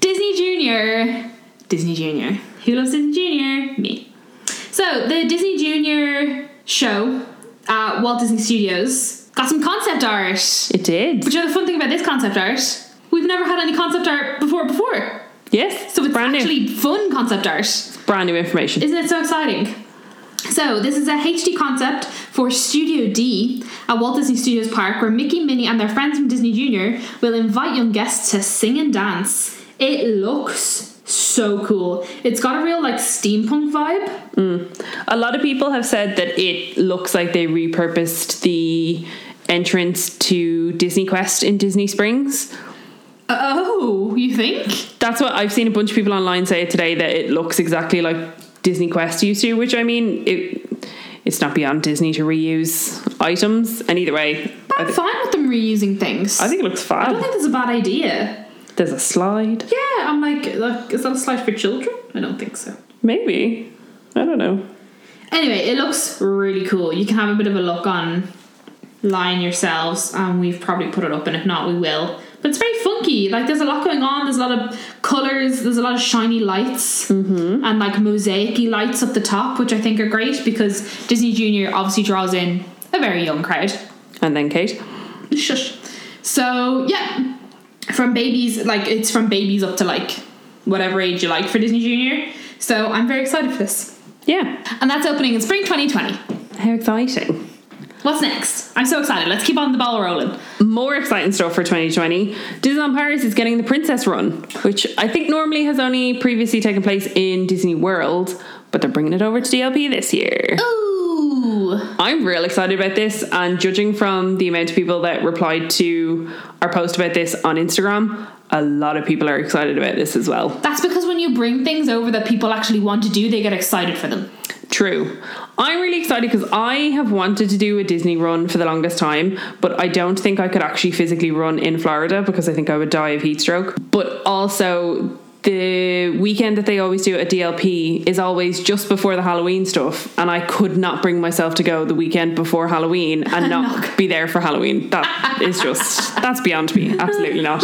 [SPEAKER 2] Disney Junior. Disney Junior. Who loves Disney Junior? Me. So, the Disney Junior show at Walt Disney Studios got some concept art.
[SPEAKER 1] It did.
[SPEAKER 2] Which you know the fun thing about this concept art? We've never had any concept art before before.
[SPEAKER 1] Yes.
[SPEAKER 2] So it's
[SPEAKER 1] brand
[SPEAKER 2] actually fun concept art.
[SPEAKER 1] new, brand new information.
[SPEAKER 2] Isn't it so exciting? So, this is a HD concept for Studio D at Walt Disney Studios Park, where Mickey, Minnie, and their friends from Disney Junior will invite young guests to sing and dance. It looks so cool. It's got a real like steampunk vibe.
[SPEAKER 1] Hmm. A lot of people have said that it looks like they repurposed the entrance to Disney Quest in Disney Springs.
[SPEAKER 2] Oh, you think?
[SPEAKER 1] That's what I've seen a bunch of people online say today that it looks exactly like Disney Quest used to, which I mean, it it's not beyond Disney to reuse items. And either way, I,
[SPEAKER 2] I'm
[SPEAKER 1] th-
[SPEAKER 2] fine with them reusing things.
[SPEAKER 1] I think it looks
[SPEAKER 2] I don't
[SPEAKER 1] fab.
[SPEAKER 2] think that's a bad idea.
[SPEAKER 1] There's a slide.
[SPEAKER 2] Yeah, I'm like, like, is that a slide for children? I don't think so.
[SPEAKER 1] Maybe. I don't know.
[SPEAKER 2] Anyway, it looks really cool. You can have a bit of a look online yourselves, and we've probably put it up, and if not, we will. But it's very funky. Like there's a lot going on. There's a lot of colors. There's a lot of shiny lights and like mosaicy lights up the top, which I think are great because Disney Junior obviously draws in a very young crowd.
[SPEAKER 1] And then Kate.
[SPEAKER 2] Shush. So yeah, from babies like it's from babies up to like whatever age you like for Disney Junior. So I'm very excited for this,
[SPEAKER 1] Yeah.
[SPEAKER 2] and that's opening in spring 2020.
[SPEAKER 1] How exciting.
[SPEAKER 2] What's next? I'm so excited. Let's keep on the ball rolling.
[SPEAKER 1] more exciting stuff for 2020. Disneyland Paris is getting the Princess Run, which I think normally has only
[SPEAKER 2] Oh.
[SPEAKER 1] previously taken place in Disney World, but they're bringing it over to DLP this year.
[SPEAKER 2] Ooh, Ooh.
[SPEAKER 1] I'm real excited about this, and judging from the amount of people that replied to our post about this on Instagram, a lot of people are excited about this as well.
[SPEAKER 2] That's because when you bring things over that people actually want to do, they get excited for them.
[SPEAKER 1] True. I'm really excited because I have wanted to do a Disney run for the longest time, but I don't think I could actually physically run in Florida because I think I would die of heat stroke. But also, the weekend that they always do at DLP is always just before the Halloween stuff, and I could not bring myself to go the weekend before Halloween and not be there for Halloween. That is just that's beyond me. Absolutely not.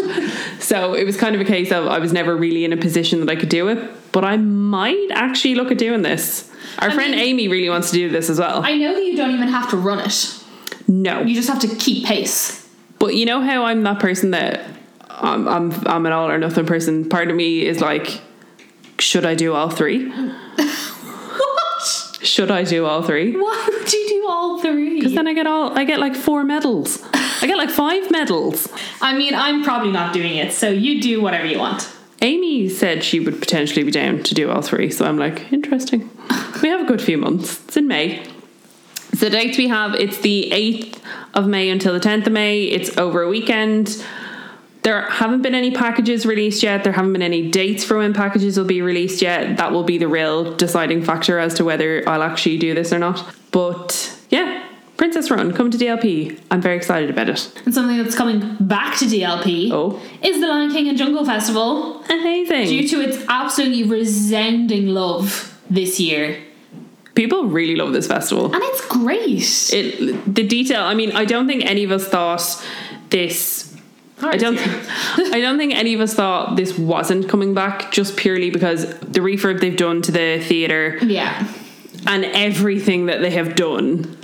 [SPEAKER 1] So it was kind of a case of I was never really in a position that I could do it, but I might actually look at doing this. Our
[SPEAKER 2] I
[SPEAKER 1] friend
[SPEAKER 2] mean-
[SPEAKER 1] Amy really wants to do this as well.
[SPEAKER 2] I know that you don't even have to run it.
[SPEAKER 1] no,
[SPEAKER 2] You just have to keep pace.
[SPEAKER 1] But you know how I'm that person that I'm I'm I'm an all or nothing person. Part of me is like, should I do all three?
[SPEAKER 2] What?
[SPEAKER 1] Should I do all three?
[SPEAKER 2] Why would you do all three?
[SPEAKER 1] Then I get all I get like four medals. I get like five medals.
[SPEAKER 2] I mean, I'm probably not doing it, so you do whatever you want.
[SPEAKER 1] Amy said she would potentially be down to do all three, so I'm like, interesting. We have a good few months. It's in May. So the dates we have, it's the 8th of May until the 10th of May. It's over a weekend. There haven't been any packages released yet. There haven't been any dates for when packages will be released yet. That will be the real deciding factor as to whether I'll actually do this or not. But yeah, Princess Run, come to DLP. I'm very excited about it.
[SPEAKER 2] And something that's coming back to DLP
[SPEAKER 1] Oh.
[SPEAKER 2] is the Lion King and Jungle Festival.
[SPEAKER 1] Amazing.
[SPEAKER 2] due to its absolutely resounding love this year.
[SPEAKER 1] People really love this festival.
[SPEAKER 2] And it's great.
[SPEAKER 1] it the detail i mean i don't think any of us thought this i don't i don't think any of us thought this wasn't coming back just purely because the refurb they've done to the theater
[SPEAKER 2] yeah.
[SPEAKER 1] and everything that they have done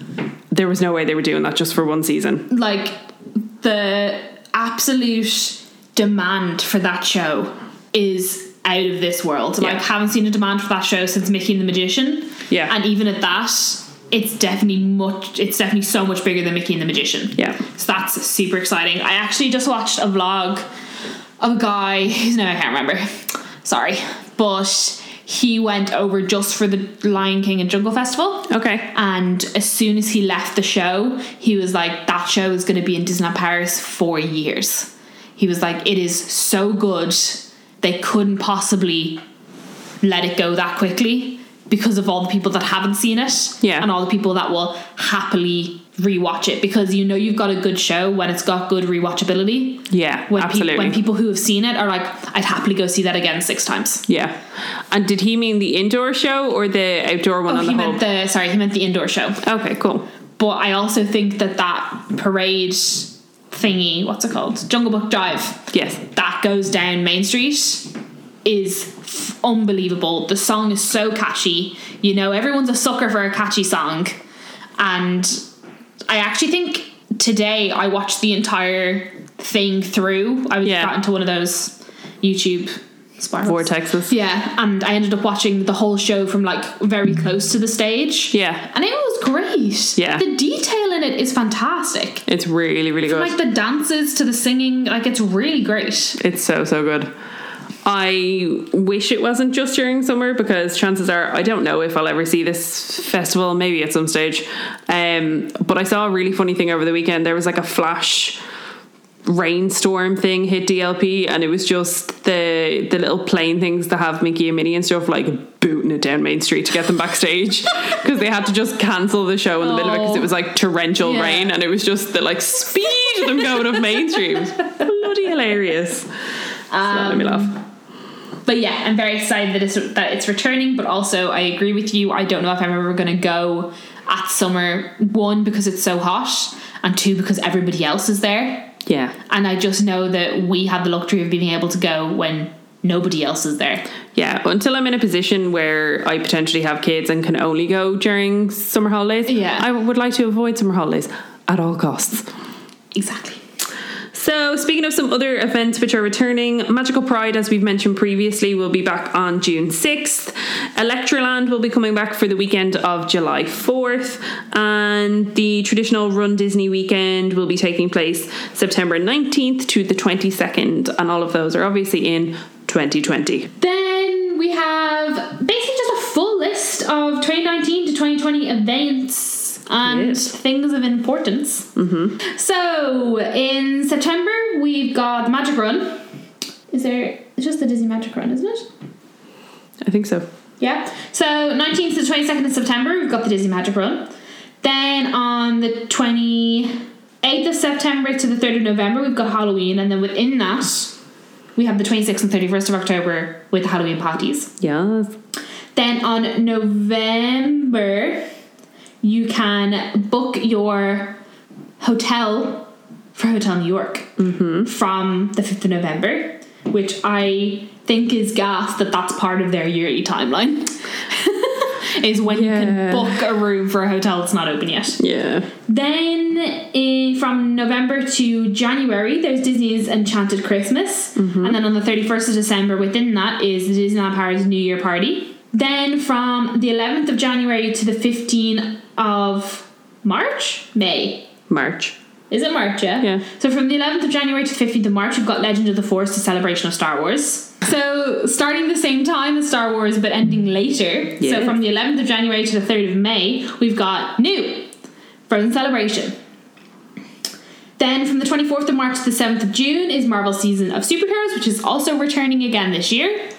[SPEAKER 1] there was no way they were doing that just for one season
[SPEAKER 2] Like the absolute demand for that show is out of this world. Like
[SPEAKER 1] Yeah.
[SPEAKER 2] haven't seen a demand for that show since Mickey and the Magician.
[SPEAKER 1] Yeah.
[SPEAKER 2] And even at that, it's definitely much it's definitely so much bigger than Mickey and the Magician.
[SPEAKER 1] yeah
[SPEAKER 2] So that's super exciting. I actually just watched a vlog of a guy whose name I can't remember. Sorry. But he went over just for the Lion King and Jungle Festival.
[SPEAKER 1] okay
[SPEAKER 2] And as soon as he left the show, he was like, that show is going to be in Disneyland Paris for years. He was like, it is so good. They couldn't possibly let it go that quickly because of all the people that haven't seen it
[SPEAKER 1] Yeah.
[SPEAKER 2] and all the people that will happily rewatch it because you know you've got a good show when it's got good rewatchability.
[SPEAKER 1] yeah
[SPEAKER 2] When, peop-
[SPEAKER 1] absolutely
[SPEAKER 2] when people who have seen it are like, I'd happily go see that again six times.
[SPEAKER 1] yeah and did he mean the indoor show or the outdoor one
[SPEAKER 2] Oh,
[SPEAKER 1] on the
[SPEAKER 2] he
[SPEAKER 1] hub
[SPEAKER 2] meant the sorry, he meant the indoor show.
[SPEAKER 1] okay cool
[SPEAKER 2] But I also think that that parade thingy, what's it called? Jungle Book Drive,
[SPEAKER 1] yes
[SPEAKER 2] that goes down Main Street is f- unbelievable. The song is so catchy. You know, everyone's a sucker for a catchy song. And I actually think today I watched the entire thing through. I was
[SPEAKER 1] Yeah.
[SPEAKER 2] got into one of those YouTube spirals.
[SPEAKER 1] vortexes
[SPEAKER 2] Yeah, and I ended up watching the whole show from like very close to the stage.
[SPEAKER 1] yeah
[SPEAKER 2] And it was great.
[SPEAKER 1] Yeah.
[SPEAKER 2] The detail in it is fantastic.
[SPEAKER 1] it's really really good
[SPEAKER 2] Like the dances to the singing, like it's really great.
[SPEAKER 1] It's so so good. I wish it wasn't just during summer because chances are I don't know if I'll ever see this festival. Maybe at some stage, um, but I saw a really funny thing over the weekend. There was like a flash rainstorm thing hit DLP, and it was just the the little plane things that have Mickey and Minnie and stuff like booting it down Main Street to get them backstage because they had to just cancel the show in the middle of it because it
[SPEAKER 2] Oh.
[SPEAKER 1] was like torrential
[SPEAKER 2] Yeah.
[SPEAKER 1] rain, and it was just the like speed of them going up Main Street. It was bloody hilarious. Let me
[SPEAKER 2] Um,
[SPEAKER 1] laugh.
[SPEAKER 2] But yeah, I'm very excited that it's that it's returning, but also I agree with you. I don't know if I'm ever gonna go at summer one because it's so hot, and two because everybody else is there.
[SPEAKER 1] Yeah.
[SPEAKER 2] And I just know that we have the luxury of being able to go when nobody else is there.
[SPEAKER 1] Yeah. Until I'm in a position where I potentially have kids and can only go during summer holidays,
[SPEAKER 2] Yeah.
[SPEAKER 1] I would like to avoid summer holidays at all costs.
[SPEAKER 2] Exactly.
[SPEAKER 1] So, speaking of some other events which are returning, Magical Pride, as we've mentioned previously, will be back on June 6th. Electroland will be coming back for the weekend of July 4th. And the traditional Run Disney weekend will be taking place September 19th to the 22nd. And all of those are obviously in 2020.
[SPEAKER 2] Then we have basically just a full list of 2019 to 2020 events and
[SPEAKER 1] Yes.
[SPEAKER 2] things of importance. Mm-hmm. So in September we've got the Magic Run. Is there? It's just the Disney Magic Run, isn't it?
[SPEAKER 1] I think so.
[SPEAKER 2] Yeah. So 19th to 22nd of September, we've got the Disney Magic Run. Then on the 28th of September to the 3rd of November, we've got Halloween. And then within that, we have the 26th and 31st of October with Halloween parties.
[SPEAKER 1] Yes.
[SPEAKER 2] Then on November, you can book your hotel for Hotel New York from the 5th of November, which I think is gas that that's part of their yearly timeline. is when you
[SPEAKER 1] Yeah.
[SPEAKER 2] can book a room for a hotel that's not open yet.
[SPEAKER 1] Yeah.
[SPEAKER 2] Then eh, from November to January, there's Disney's Enchanted Christmas.
[SPEAKER 1] Mm-hmm.
[SPEAKER 2] And then on the 31st of December, within that, is the Disneyland Paris New Year Party. Then from the 11th of January to the 15th of March? May.
[SPEAKER 1] March.
[SPEAKER 2] Is it March, yeah?
[SPEAKER 1] Yeah.
[SPEAKER 2] So from the 11th of January to 15th of March, we've got Legend of the Force, the celebration of Star Wars. So starting the same time as Star Wars, but ending later.
[SPEAKER 1] Yes.
[SPEAKER 2] So from the 11th of January to the 3rd of May, we've got New, Frozen Celebration. Then from the 24th of March to the 7th of June is Marvel Season of Superheroes, which is also returning again this year.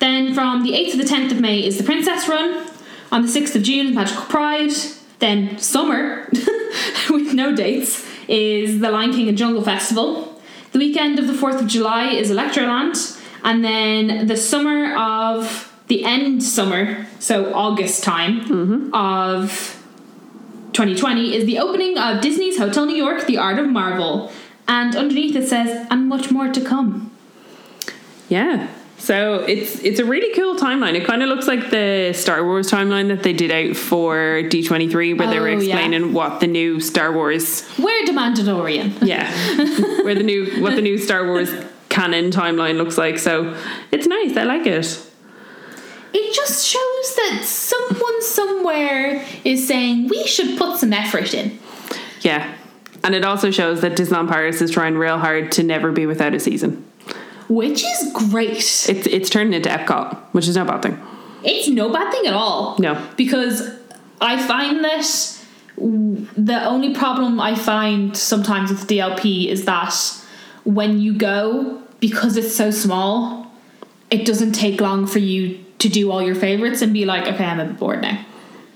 [SPEAKER 2] Then from the 8th to the 10th of May is the Princess Run. On the 6th of June is Magical Pride. Then summer, with no dates, is the Lion King and Jungle Festival. The weekend of the 4th of July is Electroland. And then the summer of the end summer, so August time, of 2020 is the opening of Disney's Hotel New York, The Art of Marvel. And underneath it says, and much more to come.
[SPEAKER 1] Yeah. So it's it's a really cool timeline. It kind of looks like the Star Wars timeline that they did out for D twenty three, where they were
[SPEAKER 2] Oh, yeah.
[SPEAKER 1] explaining what the new Star Wars,
[SPEAKER 2] We're the Mandalorian.
[SPEAKER 1] yeah, where the new what the new Star Wars canon timeline looks like. So it's nice. I like it.
[SPEAKER 2] It just shows that someone somewhere is saying we should put some effort in.
[SPEAKER 1] Yeah, and it also shows that Disneyland Paris is trying real hard to never be without a season.
[SPEAKER 2] Which is great.
[SPEAKER 1] It's it's turning into Epcot, which is no bad thing.
[SPEAKER 2] It's no bad thing at all.
[SPEAKER 1] No.
[SPEAKER 2] Because I find that w- the only problem I find sometimes with DLP is that when you go, because it's so small, it doesn't take long for you to do all your favorites and be like, okay, I'm a bit bored now.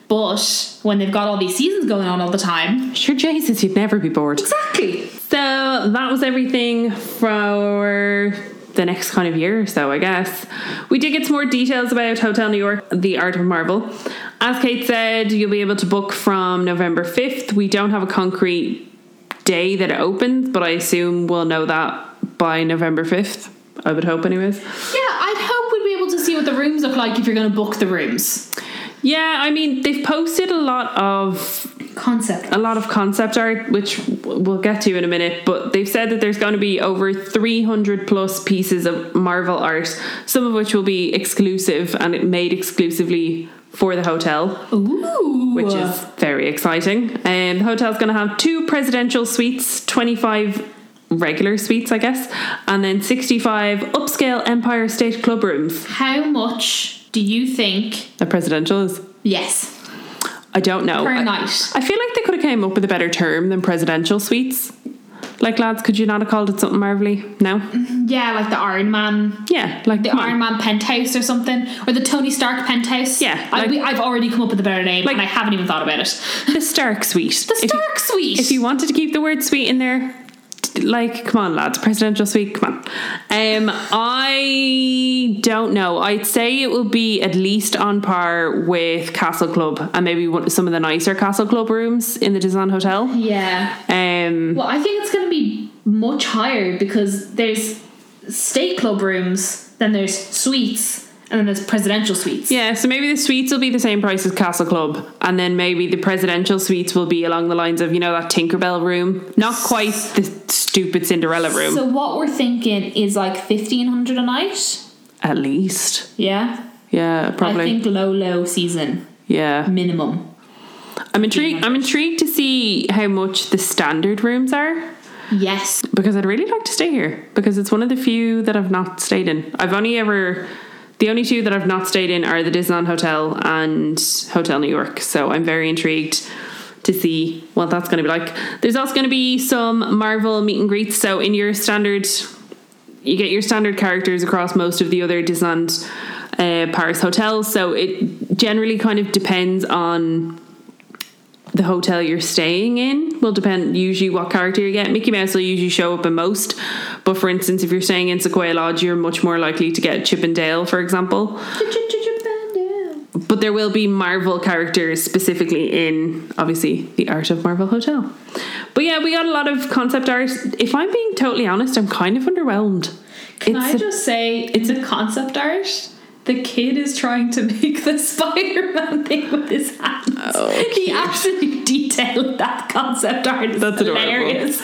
[SPEAKER 2] But when they've got all these seasons going on all the time,
[SPEAKER 1] Sure, Jesus, you'd never be bored.
[SPEAKER 2] exactly.
[SPEAKER 1] So that was everything for the next kind of year or so, I guess. We did get some more details about Hotel New York, The Art of Marvel. As Kate said, you'll be able to book from November 5th. We don't have a concrete day that it opens, but I assume we'll know that by November 5th. I would hope, anyways.
[SPEAKER 2] Yeah, I'd hope we'd be able to see what the rooms look like if you're going to book the rooms.
[SPEAKER 1] Yeah, I mean, they've posted a lot of
[SPEAKER 2] Concept.
[SPEAKER 1] a lot of concept art, which we'll get to in a minute, but they've said that there's going to be over 300 plus pieces of Marvel art, some of which will be exclusive and made exclusively for the hotel,
[SPEAKER 2] Ooh.
[SPEAKER 1] which is very exciting. And the hotel's going to have two presidential suites, 25 regular suites, I guess, and then 65 upscale Empire State Club rooms.
[SPEAKER 2] How much do you think?
[SPEAKER 1] The presidential is.
[SPEAKER 2] Yes.
[SPEAKER 1] I don't know.
[SPEAKER 2] per
[SPEAKER 1] I-
[SPEAKER 2] night.
[SPEAKER 1] I feel like they could have came up with a better term than presidential suites. Like lads, could you not have called it something marvelly? No.
[SPEAKER 2] Yeah, like the Iron Man,
[SPEAKER 1] Yeah, like
[SPEAKER 2] the
[SPEAKER 1] come on.
[SPEAKER 2] Iron Man penthouse or something, or the Tony Stark penthouse.
[SPEAKER 1] Yeah,
[SPEAKER 2] I,
[SPEAKER 1] like-
[SPEAKER 2] we, I've already come up with a better name,
[SPEAKER 1] Like-
[SPEAKER 2] and I haven't even thought about it.
[SPEAKER 1] the Stark suite.
[SPEAKER 2] The
[SPEAKER 1] If you-
[SPEAKER 2] Stark Suite.
[SPEAKER 1] If you wanted to keep the word sweet in there, t- like, come on, lads, presidential suite, come on. Um, I don't know. I'd say it will be at least on par with Castle Club and maybe one, some of the nicer Castle Club rooms in the Disneyland Hotel.
[SPEAKER 2] yeah.
[SPEAKER 1] Um,
[SPEAKER 2] Well, I think it's going to be much higher because there's state club rooms, then there's suites, and then there's presidential suites.
[SPEAKER 1] Yeah, so maybe the suites will be the same price as Castle Club, and then maybe the presidential suites will be along the lines of, you know, that Tinkerbell room. Not quite the stupid Cinderella room,
[SPEAKER 2] So what we're thinking is like fifteen hundred a night.
[SPEAKER 1] at least.
[SPEAKER 2] Yeah.
[SPEAKER 1] Yeah,
[SPEAKER 2] I
[SPEAKER 1] probably.
[SPEAKER 2] think low low season
[SPEAKER 1] yeah.
[SPEAKER 2] minimum.
[SPEAKER 1] I'm intrigued I'm intrigued to see how much the standard rooms are
[SPEAKER 2] Yes.
[SPEAKER 1] because I'd really like to stay here because it's one of the few that I've not stayed in. I've only ever the only two that I've not stayed in are the Disneyland Hotel and Hotel New York. So I'm very intrigued to see what that's going to be like. There's also going to be some Marvel meet and greets. So in your standard, you get your standard characters across most of the other Disneyland uh, Paris hotels. So it generally kind of depends on the hotel you're staying in will depend usually what character you get. Mickey Mouse will usually show up in most, but for instance, if you're staying in Sequoia Lodge, you're much more likely to get Chip and Dale, for example. But there will be Marvel characters specifically in obviously the Art of Marvel Hotel. But yeah, we got a lot of concept art. If I'm being totally honest, I'm kind of underwhelmed.
[SPEAKER 2] Can
[SPEAKER 1] It's
[SPEAKER 2] I
[SPEAKER 1] a-
[SPEAKER 2] just say it's a concept art? The kid is trying to make the Spider-Man thing with his hands.
[SPEAKER 1] Okay.
[SPEAKER 2] He absolutely detailed that concept art. It's
[SPEAKER 1] That's adorable.
[SPEAKER 2] hilarious.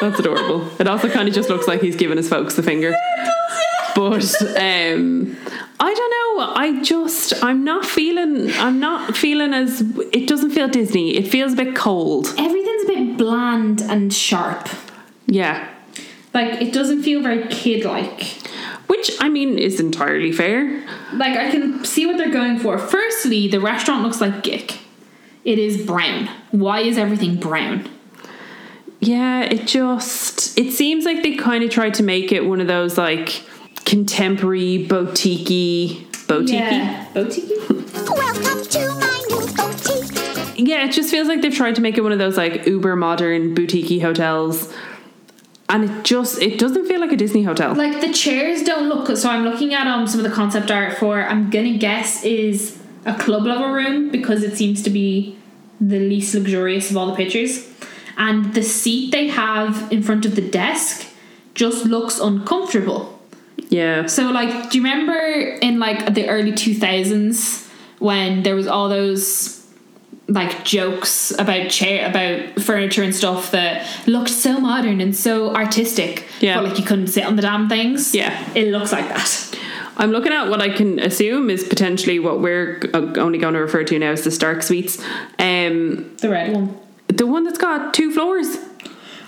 [SPEAKER 1] That's adorable. It also kind of just looks like he's giving his folks the finger. But um, I don't know. I just I'm not feeling. I'm not feeling as. It doesn't feel Disney. It feels a bit cold.
[SPEAKER 2] Everything's a bit bland and sharp.
[SPEAKER 1] Yeah,
[SPEAKER 2] Like it doesn't feel very kid-like.
[SPEAKER 1] which I mean is entirely fair.
[SPEAKER 2] Like I can see what they're going for. Firstly, the restaurant looks like Gick. It is brown. Why is everything brown?
[SPEAKER 1] Yeah, it just it seems like they kind of tried to make it one of those like contemporary boutiquey boutiquey.
[SPEAKER 2] Boutique.
[SPEAKER 3] Welcome to my new boutique.
[SPEAKER 1] yeah, it just feels like they've tried to make it one of those like uber modern boutiquey hotels, and it just it doesn't feel like a Disney hotel.
[SPEAKER 2] Like the chairs don't look. So I'm looking at um some of the concept art for. I'm gonna guess is a club level room because it seems to be the least luxurious of all the pictures, and the seat they have in front of the desk just looks uncomfortable.
[SPEAKER 1] yeah,
[SPEAKER 2] So like, do you remember in like the early two thousands when there was all those like jokes about chair about furniture and stuff that looked so modern and so artistic,
[SPEAKER 1] Yeah.
[SPEAKER 2] but like you couldn't sit on the damn things.
[SPEAKER 1] Yeah.
[SPEAKER 2] it looks like that.
[SPEAKER 1] I'm looking at what I can assume is potentially what we're g- uh, only going to refer to now as the Stark Suites, um,
[SPEAKER 2] The red one.
[SPEAKER 1] the one that's got two floors.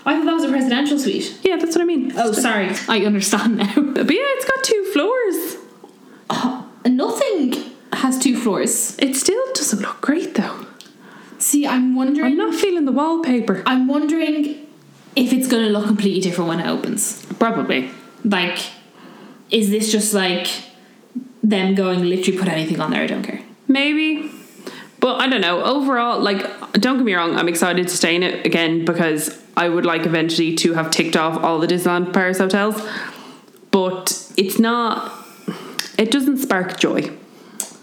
[SPEAKER 2] I thought that was a presidential suite.
[SPEAKER 1] Yeah, that's what I mean. Uh,
[SPEAKER 2] Oh, sorry. I understand now.
[SPEAKER 1] But yeah, it's got two floors.
[SPEAKER 2] Nothing has two floors.
[SPEAKER 1] It still doesn't look great though.
[SPEAKER 2] See, I'm wondering.
[SPEAKER 1] I'm not feeling the wallpaper.
[SPEAKER 2] I'm wondering if it's going to look completely different when it opens.
[SPEAKER 1] Probably.
[SPEAKER 2] Like, is this just like them going literally put anything on there? I don't care.
[SPEAKER 1] maybe. But I don't know. Overall, like, don't get me wrong, I'm excited to stay in it again because I would like eventually to have ticked off all the Disneyland Paris hotels. But it's not, it doesn't spark joy.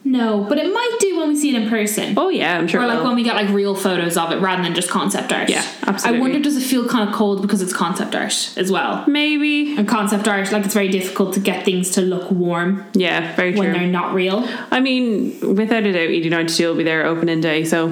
[SPEAKER 2] No, but it might do when we see it in person.
[SPEAKER 1] Oh, yeah, I'm sure.
[SPEAKER 2] Or
[SPEAKER 1] it
[SPEAKER 2] like
[SPEAKER 1] will.
[SPEAKER 2] when we get like real photos of it rather than just concept art.
[SPEAKER 1] Yeah, absolutely.
[SPEAKER 2] I wonder does it feel kind of cold because it's concept art as well.
[SPEAKER 1] maybe.
[SPEAKER 2] And concept art, like it's very difficult to get things to look warm
[SPEAKER 1] Yeah, very
[SPEAKER 2] when they're
[SPEAKER 1] true.
[SPEAKER 2] not real.
[SPEAKER 1] I mean, without a doubt, ED92 will be there opening day. So,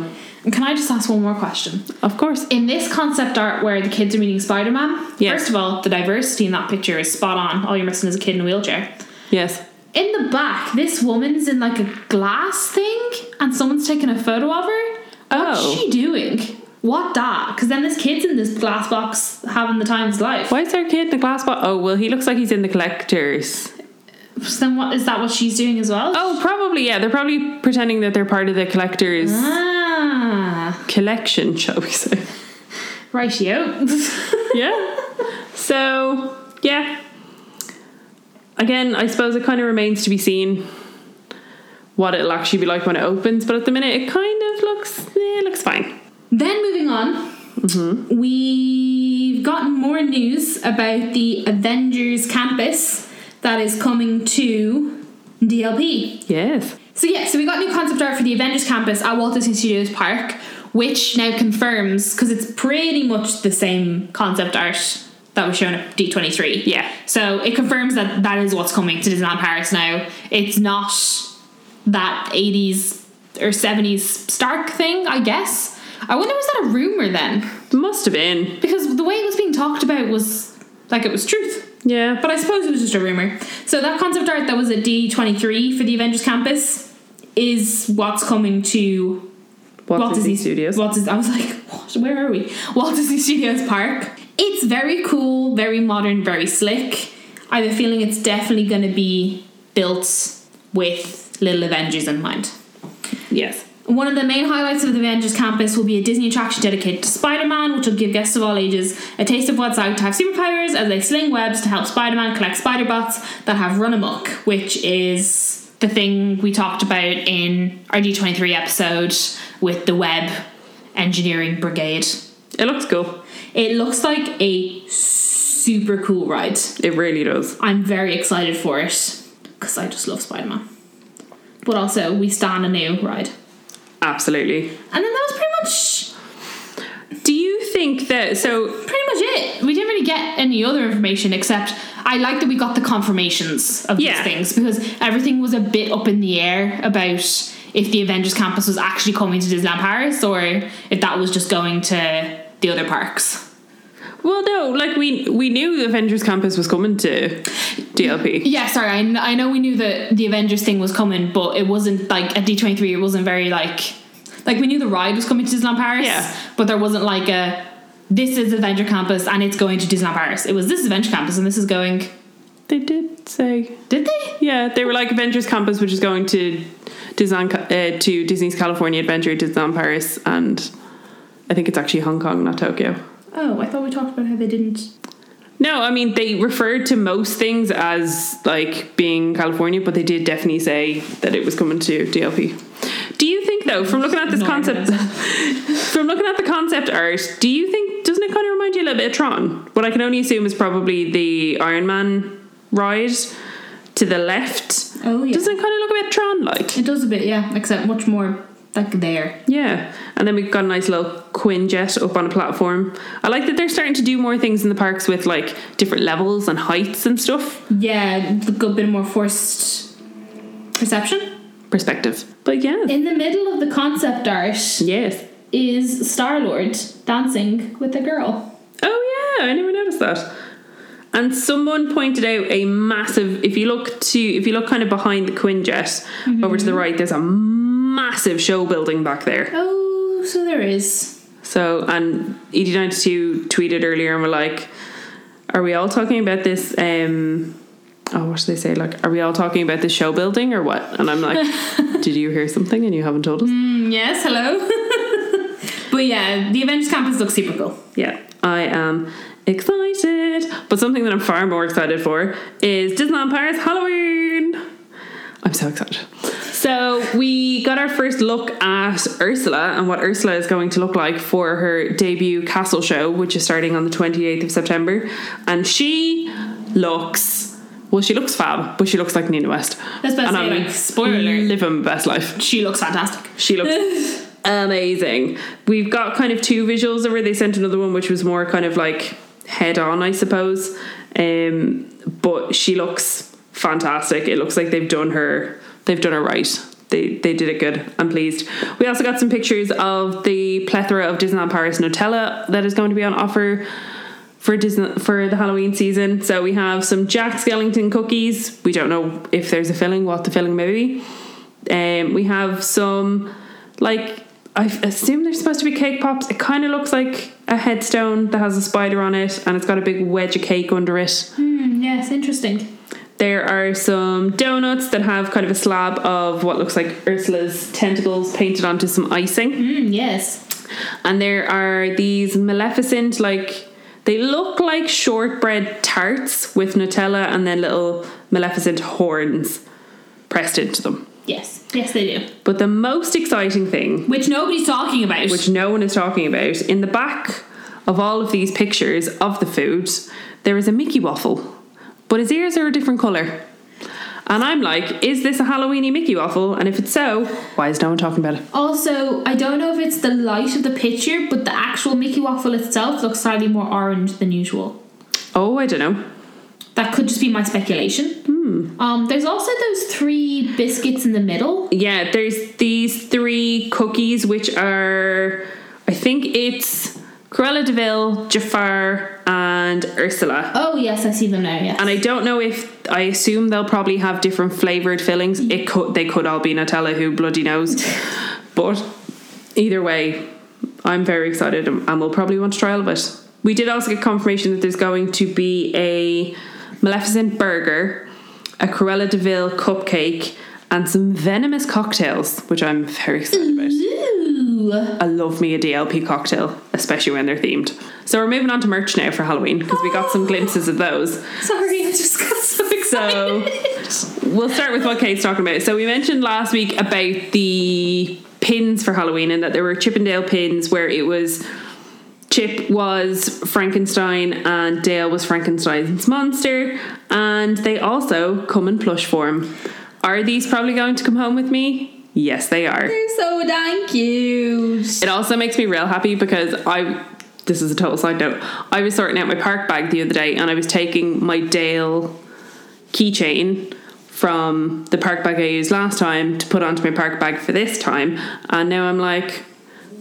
[SPEAKER 2] And can I just ask one more question?
[SPEAKER 1] of course.
[SPEAKER 2] In this concept art where the kids are meeting Spider Man,
[SPEAKER 1] Yeah.
[SPEAKER 2] first of all, the diversity in that picture is spot on. All you're missing is a kid in a wheelchair.
[SPEAKER 1] Yes.
[SPEAKER 2] In the back, this woman's in like a glass thing, and someone's taking a photo of her. What's
[SPEAKER 1] Oh.
[SPEAKER 2] she doing? What that? Because then this kid's in this glass box having the time of his life.
[SPEAKER 1] Why is there a kid in the glass box? Oh, well, he looks like he's in the collectors.
[SPEAKER 2] So then, what is that? What she's doing as well?
[SPEAKER 1] Oh, probably, yeah. They're probably pretending that they're part of the collectors.
[SPEAKER 2] Ah,
[SPEAKER 1] collection, shall we say?
[SPEAKER 2] ratio.
[SPEAKER 1] yeah. So, yeah. Again, I suppose it kind of remains to be seen what it'll actually be like when it opens, but at the minute it kind of looks eh, it looks fine.
[SPEAKER 2] Then moving on,
[SPEAKER 1] Mm-hmm.
[SPEAKER 2] we've gotten more news about the Avengers campus that is coming to DLP.
[SPEAKER 1] Yes.
[SPEAKER 2] So yeah, so we got new concept art for the Avengers campus at Walt Disney Studios Park, which now confirms because it's pretty much the same concept art that was shown at D twenty three.
[SPEAKER 1] Yeah.
[SPEAKER 2] So it confirms that that is what's coming to Disneyland Paris now. It's not that eighties or seventies Stark thing, I guess. I wonder was that a rumor then?
[SPEAKER 1] Must have been.
[SPEAKER 2] Because the way it was being talked about was like it was truth.
[SPEAKER 1] Yeah.
[SPEAKER 2] Um, But I suppose it was just a rumor. So that concept art that was at D23 for the Avengers campus is what's coming to
[SPEAKER 1] Walt, Disney, Studios.
[SPEAKER 2] Walt Disney, I was like, what? where are we? Walt Disney Studios Park. It's very cool, very modern, very slick. I have a feeling it's definitely going to be built with Little Avengers in mind.
[SPEAKER 1] yes.
[SPEAKER 4] One of the main highlights of the Avengers campus will be a Disney attraction dedicated to Spider Man, which will give guests of all ages a taste of what it's like to have superpowers as they sling webs to help Spider Man collect spider bots that have run amok, which is
[SPEAKER 2] The thing we talked about in our D23 episode with the web engineering brigade.
[SPEAKER 1] It looks cool.
[SPEAKER 4] It looks like a super cool ride.
[SPEAKER 1] It really does.
[SPEAKER 4] I'm very excited for it because I just love Spider Man. But also, we stand a new ride.
[SPEAKER 1] Absolutely.
[SPEAKER 4] And then that was pretty much
[SPEAKER 1] Do you think that so
[SPEAKER 2] Pretty much it. We didn't really get any other information except I like that we got the confirmations of
[SPEAKER 1] Yeah.
[SPEAKER 2] these things because everything was a bit up in the air about if the Avengers campus was actually coming to Disneyland Paris or if that was just going to the other parks.
[SPEAKER 1] well no, like we we knew the Avengers campus was coming to DLP.
[SPEAKER 2] Yeah, sorry. I, kn- I know we knew that the Avengers thing was coming, but it wasn't like at D twenty three. It wasn't very like like we knew the ride was coming to Disneyland Paris.
[SPEAKER 1] Yeah.
[SPEAKER 2] but there wasn't like a this is Avenger Campus and it's going to Disneyland Paris. It was this is Avenger Campus and this is going.
[SPEAKER 1] They did say
[SPEAKER 2] Did they?
[SPEAKER 1] Yeah, they were like Avengers Campus, which is going to Disneyland, uh, to Disney's California Adventure, Disneyland Paris, and I think it's actually Hong Kong, not Tokyo.
[SPEAKER 4] Oh, I thought we talked about how they didn't.
[SPEAKER 1] No, I mean they referred to most things as like being California, but they did definitely say that it was coming to DLP. Do you think though, from looking at this
[SPEAKER 4] Annoying,
[SPEAKER 1] concept, from looking at the concept art, do you think doesn't it kind of remind you a little bit of Tron? What I can only assume is probably the Iron Man ride to the left.
[SPEAKER 4] Oh, yeah.
[SPEAKER 1] Doesn't it kind of look a bit Tron like?
[SPEAKER 4] It does a bit, yeah, except much more like there.
[SPEAKER 1] Yeah, and then we've got a nice little Quinjet up on a platform. I like that they're starting to do more things in the parks with like different levels and heights and stuff.
[SPEAKER 4] Yeah, a good bit more forced perception.
[SPEAKER 1] Perspective, but yeah,
[SPEAKER 4] In the middle of the concept art
[SPEAKER 1] yes.
[SPEAKER 4] is Star Lord dancing with a girl.
[SPEAKER 1] Oh yeah, I never noticed that. And someone pointed out a massive. If you look to, if you look kind of behind the Quinjet over to the right, there's a massive show building back there.
[SPEAKER 4] Oh, so there is.
[SPEAKER 1] So, and E ED92 tweeted earlier and were like, are we all talking about this? Um, oh, what should they say? Like, are we all talking about this show building or what? And I'm like, did you hear something and you haven't told us?
[SPEAKER 4] Yes, hello. but yeah, the Avengers campus looks super cool.
[SPEAKER 1] Yeah, I am excited. But something that I'm far more excited for is Disneyland Paris Halloween. I'm so excited. So we got our first look at Ursula and what Ursula is going to look like for her debut castle show, which is starting on the 28th of September. And she looks well, she looks fab, but she looks like Nina West.
[SPEAKER 4] That's about to
[SPEAKER 1] and
[SPEAKER 4] say,
[SPEAKER 1] I'm
[SPEAKER 4] like, spoiler alert.
[SPEAKER 1] living my best life.
[SPEAKER 4] She looks fantastic.
[SPEAKER 1] She looks amazing. We've got kind of two visuals over. They sent another one which was more kind of like head on, I suppose. Um, but she looks fantastic. It looks like they've done her they've done her right. They, they did it good. I'm pleased. We also got some pictures of the plethora of Disneyland Paris Nutella that is going to be on offer for Disney for the Halloween season. So we have some Jack Skellington cookies. We don't know if there's a filling, what the filling may be. Um, we have some like I assume they're supposed to be cake pops. It kind of looks like a headstone that has a spider on it, and it's got a big wedge of cake under it.
[SPEAKER 4] Hmm, yes, interesting.
[SPEAKER 1] There are some donuts that have kind of a slab of what looks like Ursula's tentacles painted onto some icing.
[SPEAKER 4] Hmm, yes.
[SPEAKER 1] And there are these Maleficent, like, they look like shortbread tarts with Nutella and then little Maleficent horns pressed into them.
[SPEAKER 4] Yes. Yes, they do.
[SPEAKER 1] But the most exciting thing,
[SPEAKER 4] Which nobody's talking about.
[SPEAKER 1] which no one is talking about, in the back of all of these pictures of the food, there is a Mickey waffle, but his ears are a different colour. And I'm like, is this a Halloweeny Mickey waffle? And if it's so, why is no one talking about it?
[SPEAKER 4] Also, I don't know if it's the light of the picture, but the actual Mickey waffle itself looks slightly more orange than usual.
[SPEAKER 1] Oh, I don't know.
[SPEAKER 4] That could just be my speculation.
[SPEAKER 1] Hmm.
[SPEAKER 4] Um, there's also those three biscuits in the middle.
[SPEAKER 1] yeah, there's these three cookies, which are, I think it's Cruella de Vil, Jafar, and Ursula.
[SPEAKER 4] Oh yes, I see them now. Yes.
[SPEAKER 1] And I don't know if I assume they'll probably have different flavored fillings. It could they could all be Nutella, who bloody knows. but either way, I'm very excited, and and we'll probably want to try all of it. We did also get confirmation that there's going to be a Maleficent burger, a
[SPEAKER 2] Mm.
[SPEAKER 1] Cruella de Vil cupcake, and some venomous cocktails, which I'm very excited about.
[SPEAKER 2] Ooh.
[SPEAKER 1] I love me a DLP cocktail, especially when they're themed. So we're moving on to merch now for Halloween because we got some glimpses of those.
[SPEAKER 2] Sorry, I just got so
[SPEAKER 1] So
[SPEAKER 2] excited.
[SPEAKER 1] we'll start with what Kate's talking about. So we mentioned last week about the pins for Halloween and that there were Chippendale pins where it was Chip was Frankenstein and Dale was Frankenstein's monster, and they also come in plush form. Are these probably going to come home with me? Yes, they are.
[SPEAKER 2] You're so dang cute.
[SPEAKER 1] It also makes me real happy because I this is a total side note. I was sorting out my park bag the other day and I was taking my Dale keychain from the park bag I used last time to put onto my park bag for this time and now I'm like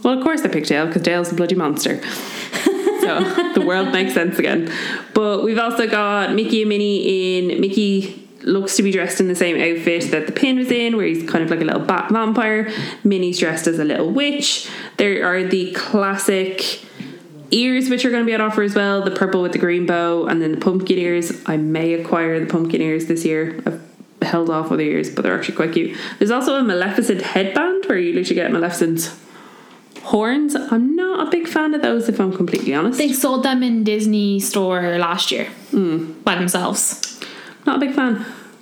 [SPEAKER 1] well of course I picked Dale because Dale's a bloody monster. so the world makes sense again. But we've also got Mickey and Minnie in Mickey looks to be dressed in the same outfit that the pin was in, where he's kind of like a little bat vampire. Minnie's dressed as a little witch. There are the classic ears which are going to be on offer as well the purple with the green bow and then the pumpkin ears i may acquire the pumpkin ears this year i've held off other ears but they're actually quite cute there's also a maleficent headband where you literally get maleficent's horns i'm not a big fan of those if i'm completely honest
[SPEAKER 5] They sold them in Disney store last year
[SPEAKER 1] Hmm.
[SPEAKER 5] by themselves.
[SPEAKER 1] Not a big fan.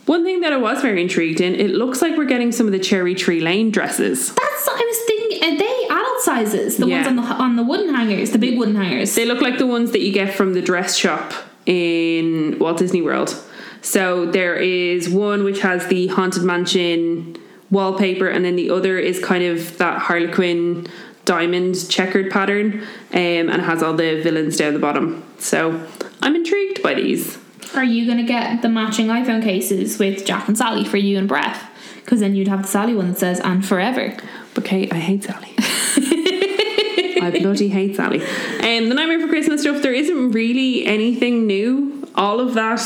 [SPEAKER 1] One thing that I was very intrigued in, it looks like we're getting some of the Cherry Tree Lane dresses.
[SPEAKER 2] That's what I was thinking. Are they adult sizes? The
[SPEAKER 1] Yeah.
[SPEAKER 2] ones on the on the wooden hangers, the big wooden hangers.
[SPEAKER 1] They look like the ones that you get from the dress shop in Walt Disney World. So there is one which has the Haunted Mansion wallpaper, and then the other is kind of that Harlequin diamond checkered pattern um, and has all the villains down the bottom. So I'm intrigued by these.
[SPEAKER 2] Are you gonna get the matching iPhone cases with Jack and Sally for you and Breath? Because then you'd have the Sally one that says "and forever."
[SPEAKER 1] But Kate, I hate Sally. I bloody hate Sally. Um, the Nightmare for Christmas stuff, there isn't really anything new. All of that,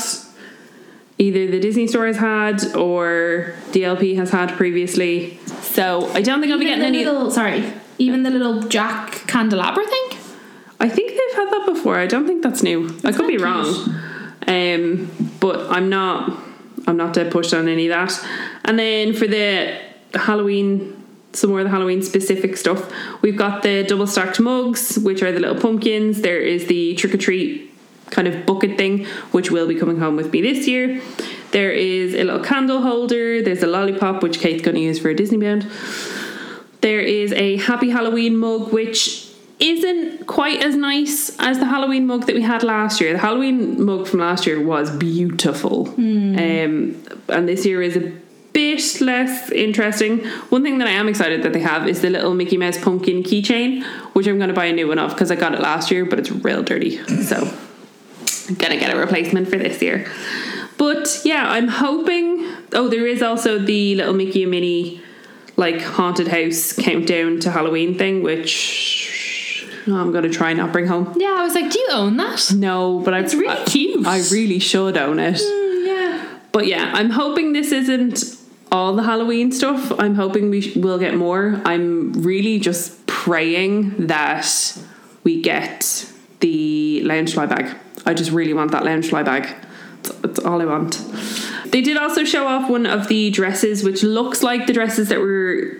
[SPEAKER 1] either the Disney store has had or DLP has had previously. So I don't think I'll be
[SPEAKER 2] Even
[SPEAKER 1] getting
[SPEAKER 2] the
[SPEAKER 1] any.
[SPEAKER 2] little, sorry, even the little Jack candelabra thing.
[SPEAKER 1] I think they've had that before. I don't think that's new. I could be
[SPEAKER 2] not
[SPEAKER 1] wrong. Um, but I'm not I'm not dead pushed on any of that. And then for the Halloween some more of the Halloween specific stuff. We've got the double stacked mugs, which are the little pumpkins. There is the trick or treat kind of bucket thing, which will be coming home with me this year. There is a little candle holder. There's a lollipop, which Kate's going to use for a Disney bound. There is a Happy Halloween mug, which isn't quite as nice as the Halloween mug that we had last year. The Halloween mug from last year was beautiful, um, and this year is a bit less interesting. One thing that I am excited that they have is the little Mickey Mouse pumpkin keychain, which I'm going to buy a new one of because I got it last year, but it's real dirty, so I'm gonna get a replacement for this year. But yeah, I'm hoping. Oh, there is also the little Mickey and Minnie like haunted house countdown to Halloween thing, which I'm gonna try not bring home.
[SPEAKER 5] Yeah, I was like, do you own that?
[SPEAKER 1] No, but I, it's
[SPEAKER 5] really cute. Mm.
[SPEAKER 1] I really should own it.
[SPEAKER 2] Yeah.
[SPEAKER 1] But yeah, I'm hoping this isn't all the Halloween stuff. I'm hoping we sh- will get more. I'm really just praying that we get the loungefly bag. I just really want that loungefly bag. It's, it's all I want. They did also show off one of the dresses, which looks like the dresses that were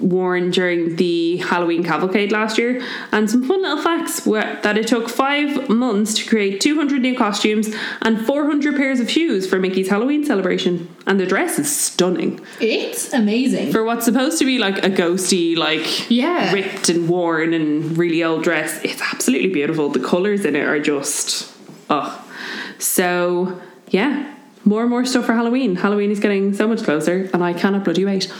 [SPEAKER 1] worn during the Halloween cavalcade last year. And some fun little facts were that it took five months to create 200 new costumes and 400 pairs of shoes for Mickey's Halloween celebration. And the dress is stunning
[SPEAKER 2] It's amazing.
[SPEAKER 1] for what's supposed to be like a ghosty, like
[SPEAKER 2] Yeah.
[SPEAKER 1] ripped and worn and really old dress. It's absolutely beautiful. The colours in it are just oh. So yeah. More and more stuff for Halloween. Halloween is getting so much closer, and I cannot bloody wait.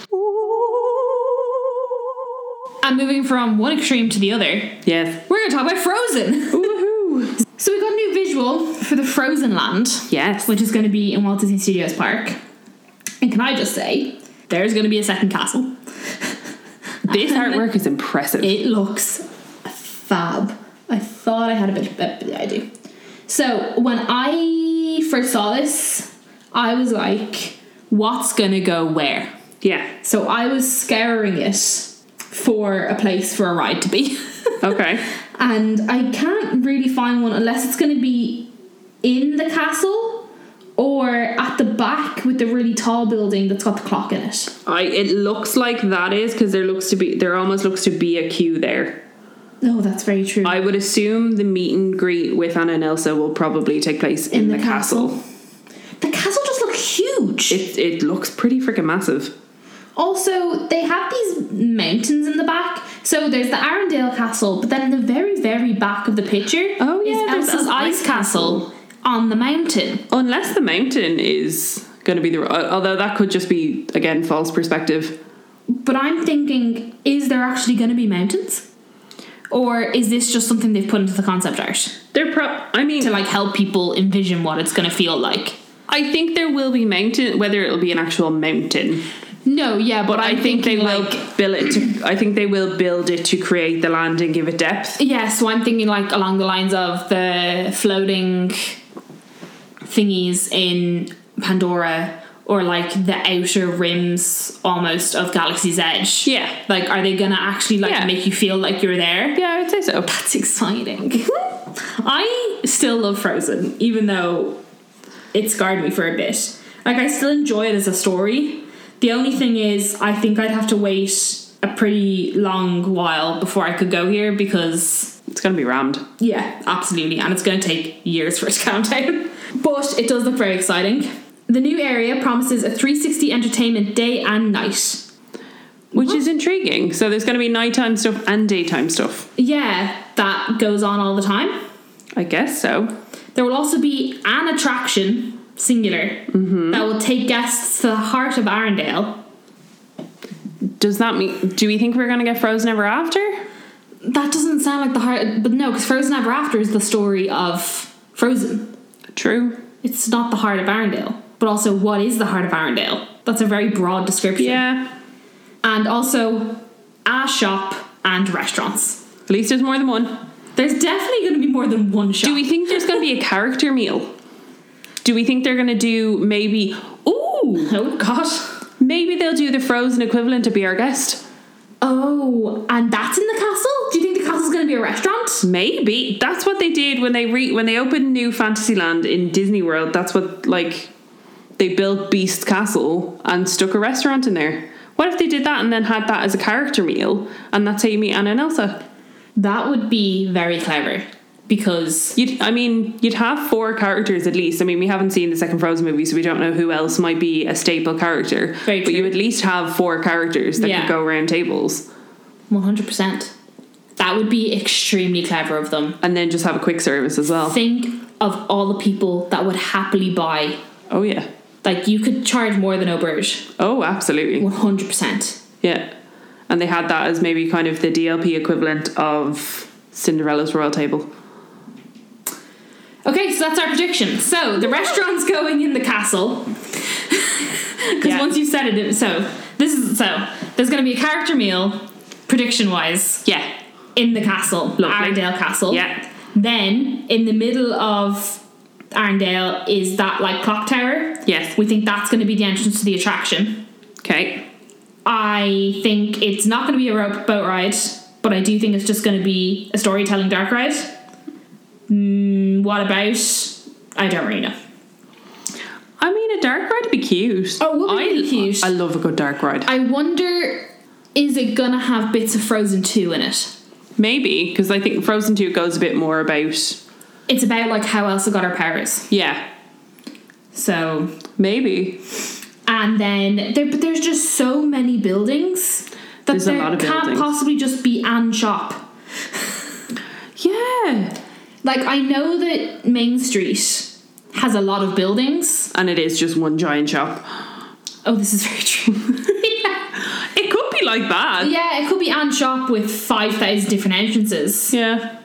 [SPEAKER 2] and moving from one extreme to the other,
[SPEAKER 1] Yes.
[SPEAKER 2] we're gonna talk about Frozen.
[SPEAKER 1] Woohoo!
[SPEAKER 2] so we got a new visual for the Frozen Land.
[SPEAKER 1] Yes.
[SPEAKER 2] which is going to be in Walt Disney Studios Park. And can I just say, there's going to be a second castle.
[SPEAKER 1] This artwork is impressive.
[SPEAKER 2] It looks fab. I thought I had a bit, but I do. So when I first saw this, I was like, "What's gonna go where?"
[SPEAKER 1] Yeah.
[SPEAKER 2] So I was scouring it for a place for a ride to be.
[SPEAKER 1] Okay.
[SPEAKER 2] and I can't really find one unless it's going to be in the castle or at the back with the really tall building that's got the clock in it.
[SPEAKER 1] I it looks like that is because there looks to be there almost looks to be a queue there.
[SPEAKER 2] No, Oh, that's very true.
[SPEAKER 1] I would assume the meet and greet with Anna and Elsa will probably take place in, the, castle.
[SPEAKER 2] The castle just looks huge.
[SPEAKER 1] It it looks pretty freaking massive.
[SPEAKER 2] Also, they have these mountains in the back. So there's the Arendelle Castle, but then in the very, very back of the picture
[SPEAKER 1] Oh, yeah,
[SPEAKER 2] is
[SPEAKER 1] there's
[SPEAKER 2] Elsa's
[SPEAKER 1] Elsa's
[SPEAKER 2] Ice
[SPEAKER 1] Ice
[SPEAKER 2] Castle on the mountain.
[SPEAKER 1] Unless the mountain is going to be the although that could just be again false perspective.
[SPEAKER 2] But I'm thinking, is there actually going to be mountains? Or is this just something they've put into the concept art
[SPEAKER 1] They're pro. I mean,
[SPEAKER 2] to like help people envision what it's going to feel like?
[SPEAKER 1] I think there will be mountain. Whether it'll be an actual mountain,
[SPEAKER 2] No, yeah, but
[SPEAKER 1] I
[SPEAKER 2] I'm
[SPEAKER 1] think they
[SPEAKER 2] thinking,
[SPEAKER 1] will
[SPEAKER 2] like
[SPEAKER 1] build it. To, I think they will build it to create the land and give it depth.
[SPEAKER 2] Yeah, so I'm thinking like along the lines of the floating thingies in Pandora or like the outer rims almost of Galaxy's Edge.
[SPEAKER 1] Yeah.
[SPEAKER 2] Like are they gonna actually like
[SPEAKER 1] Yeah.
[SPEAKER 2] make you feel like you're there?
[SPEAKER 1] Yeah, I would say so.
[SPEAKER 2] That's exciting. I still love Frozen, even though it scarred me for a bit. Like I still enjoy it as a story. The only thing is I think I'd have to wait a pretty long while before I could go here because
[SPEAKER 1] It's going to be rammed.
[SPEAKER 2] yeah, absolutely. And it's going to take years for it to calm down. But it does look very exciting. The new area promises a 360 entertainment day and night.
[SPEAKER 1] which is intriguing. So there's going to be nighttime stuff and daytime stuff.
[SPEAKER 2] Yeah, that goes on all the time.
[SPEAKER 1] I guess so.
[SPEAKER 2] There will also be an attraction, singular, that will take guests to the heart of Arendelle.
[SPEAKER 1] Does that mean? Do we think we're going to get Frozen Ever After?
[SPEAKER 2] That doesn't sound like the heart, but no, because Frozen Ever After is the story of Frozen.
[SPEAKER 1] True.
[SPEAKER 2] It's not the heart of Arendelle. But also, what is the heart of Arendelle? That's a very broad description.
[SPEAKER 1] Yeah.
[SPEAKER 2] and also a shop and restaurants.
[SPEAKER 1] At least there's more than one.
[SPEAKER 2] There's definitely going to be more than one shop.
[SPEAKER 1] Do we think there's going to be a character meal? Do we think they're going to do maybe? Ooh,
[SPEAKER 2] Oh God!
[SPEAKER 1] maybe they'll do the Frozen equivalent to be our guest.
[SPEAKER 2] Oh, and that's in the castle. Do you think the castle's going to be a restaurant?
[SPEAKER 1] Maybe that's what they did when they re when they opened New Fantasyland in Disney World. That's what like they built Beast Castle and stuck a restaurant in there. What if they did that and then had that as a character meal and that's how you meet Anna and Elsa?
[SPEAKER 2] That would be very clever because
[SPEAKER 1] You'd I mean you'd have four characters at least. I mean we haven't seen the second Frozen movie, so we don't know who else might be a staple character.
[SPEAKER 2] Very
[SPEAKER 1] but you
[SPEAKER 2] true.
[SPEAKER 1] at least have four characters that
[SPEAKER 2] Yeah.
[SPEAKER 1] could go around tables
[SPEAKER 2] one hundred percent. That would be extremely clever of them.
[SPEAKER 1] and then just have a quick service as well.
[SPEAKER 2] Think of all the people that would happily buy.
[SPEAKER 1] Oh yeah.
[SPEAKER 2] Like you could charge more than Auberge,
[SPEAKER 1] Oh absolutely.
[SPEAKER 2] one hundred percent.
[SPEAKER 1] Yeah. And they had that as maybe kind of the DLP equivalent of Cinderella's Royal Table.
[SPEAKER 2] Okay, so that's our prediction. So the restaurant's going in the castle. Because
[SPEAKER 1] Yeah.
[SPEAKER 2] once you've said it, it, so this is so there's going to be a character meal, prediction wise,
[SPEAKER 1] Yeah.
[SPEAKER 2] in the castle,
[SPEAKER 1] Lovely.
[SPEAKER 2] Arendelle Castle.
[SPEAKER 1] Yeah.
[SPEAKER 2] Then in the middle of Arendelle is that like clock tower.
[SPEAKER 1] Yes.
[SPEAKER 2] We think that's going to be the entrance to the attraction.
[SPEAKER 1] Okay.
[SPEAKER 2] I think it's not going to be a rope boat ride, but I do think it's just going to be a storytelling dark ride. Mm, what about? I don't really know.
[SPEAKER 1] I mean, a dark ride would be cute.
[SPEAKER 2] Oh, it would be
[SPEAKER 1] I,
[SPEAKER 2] really cute.
[SPEAKER 1] I love a good dark ride.
[SPEAKER 2] I wonder, is it gonna have bits of Frozen 2 in it?
[SPEAKER 1] Maybe, because I think Frozen 2 goes a bit more about.
[SPEAKER 2] It's about like how Elsa got her powers.
[SPEAKER 1] Yeah.
[SPEAKER 2] So,
[SPEAKER 1] Maybe.
[SPEAKER 2] and then there, but there's just so many buildings that
[SPEAKER 1] There's a
[SPEAKER 2] there
[SPEAKER 1] lot of
[SPEAKER 2] can't
[SPEAKER 1] buildings.
[SPEAKER 2] possibly just be an shop.
[SPEAKER 1] Yeah.
[SPEAKER 2] Like I know that Main Street has a lot of buildings.
[SPEAKER 1] And it is just one giant shop.
[SPEAKER 2] Oh, this is very true. yeah.
[SPEAKER 1] It could be like that.
[SPEAKER 2] yeah, it could be an shop with five thousand different entrances.
[SPEAKER 1] Yeah.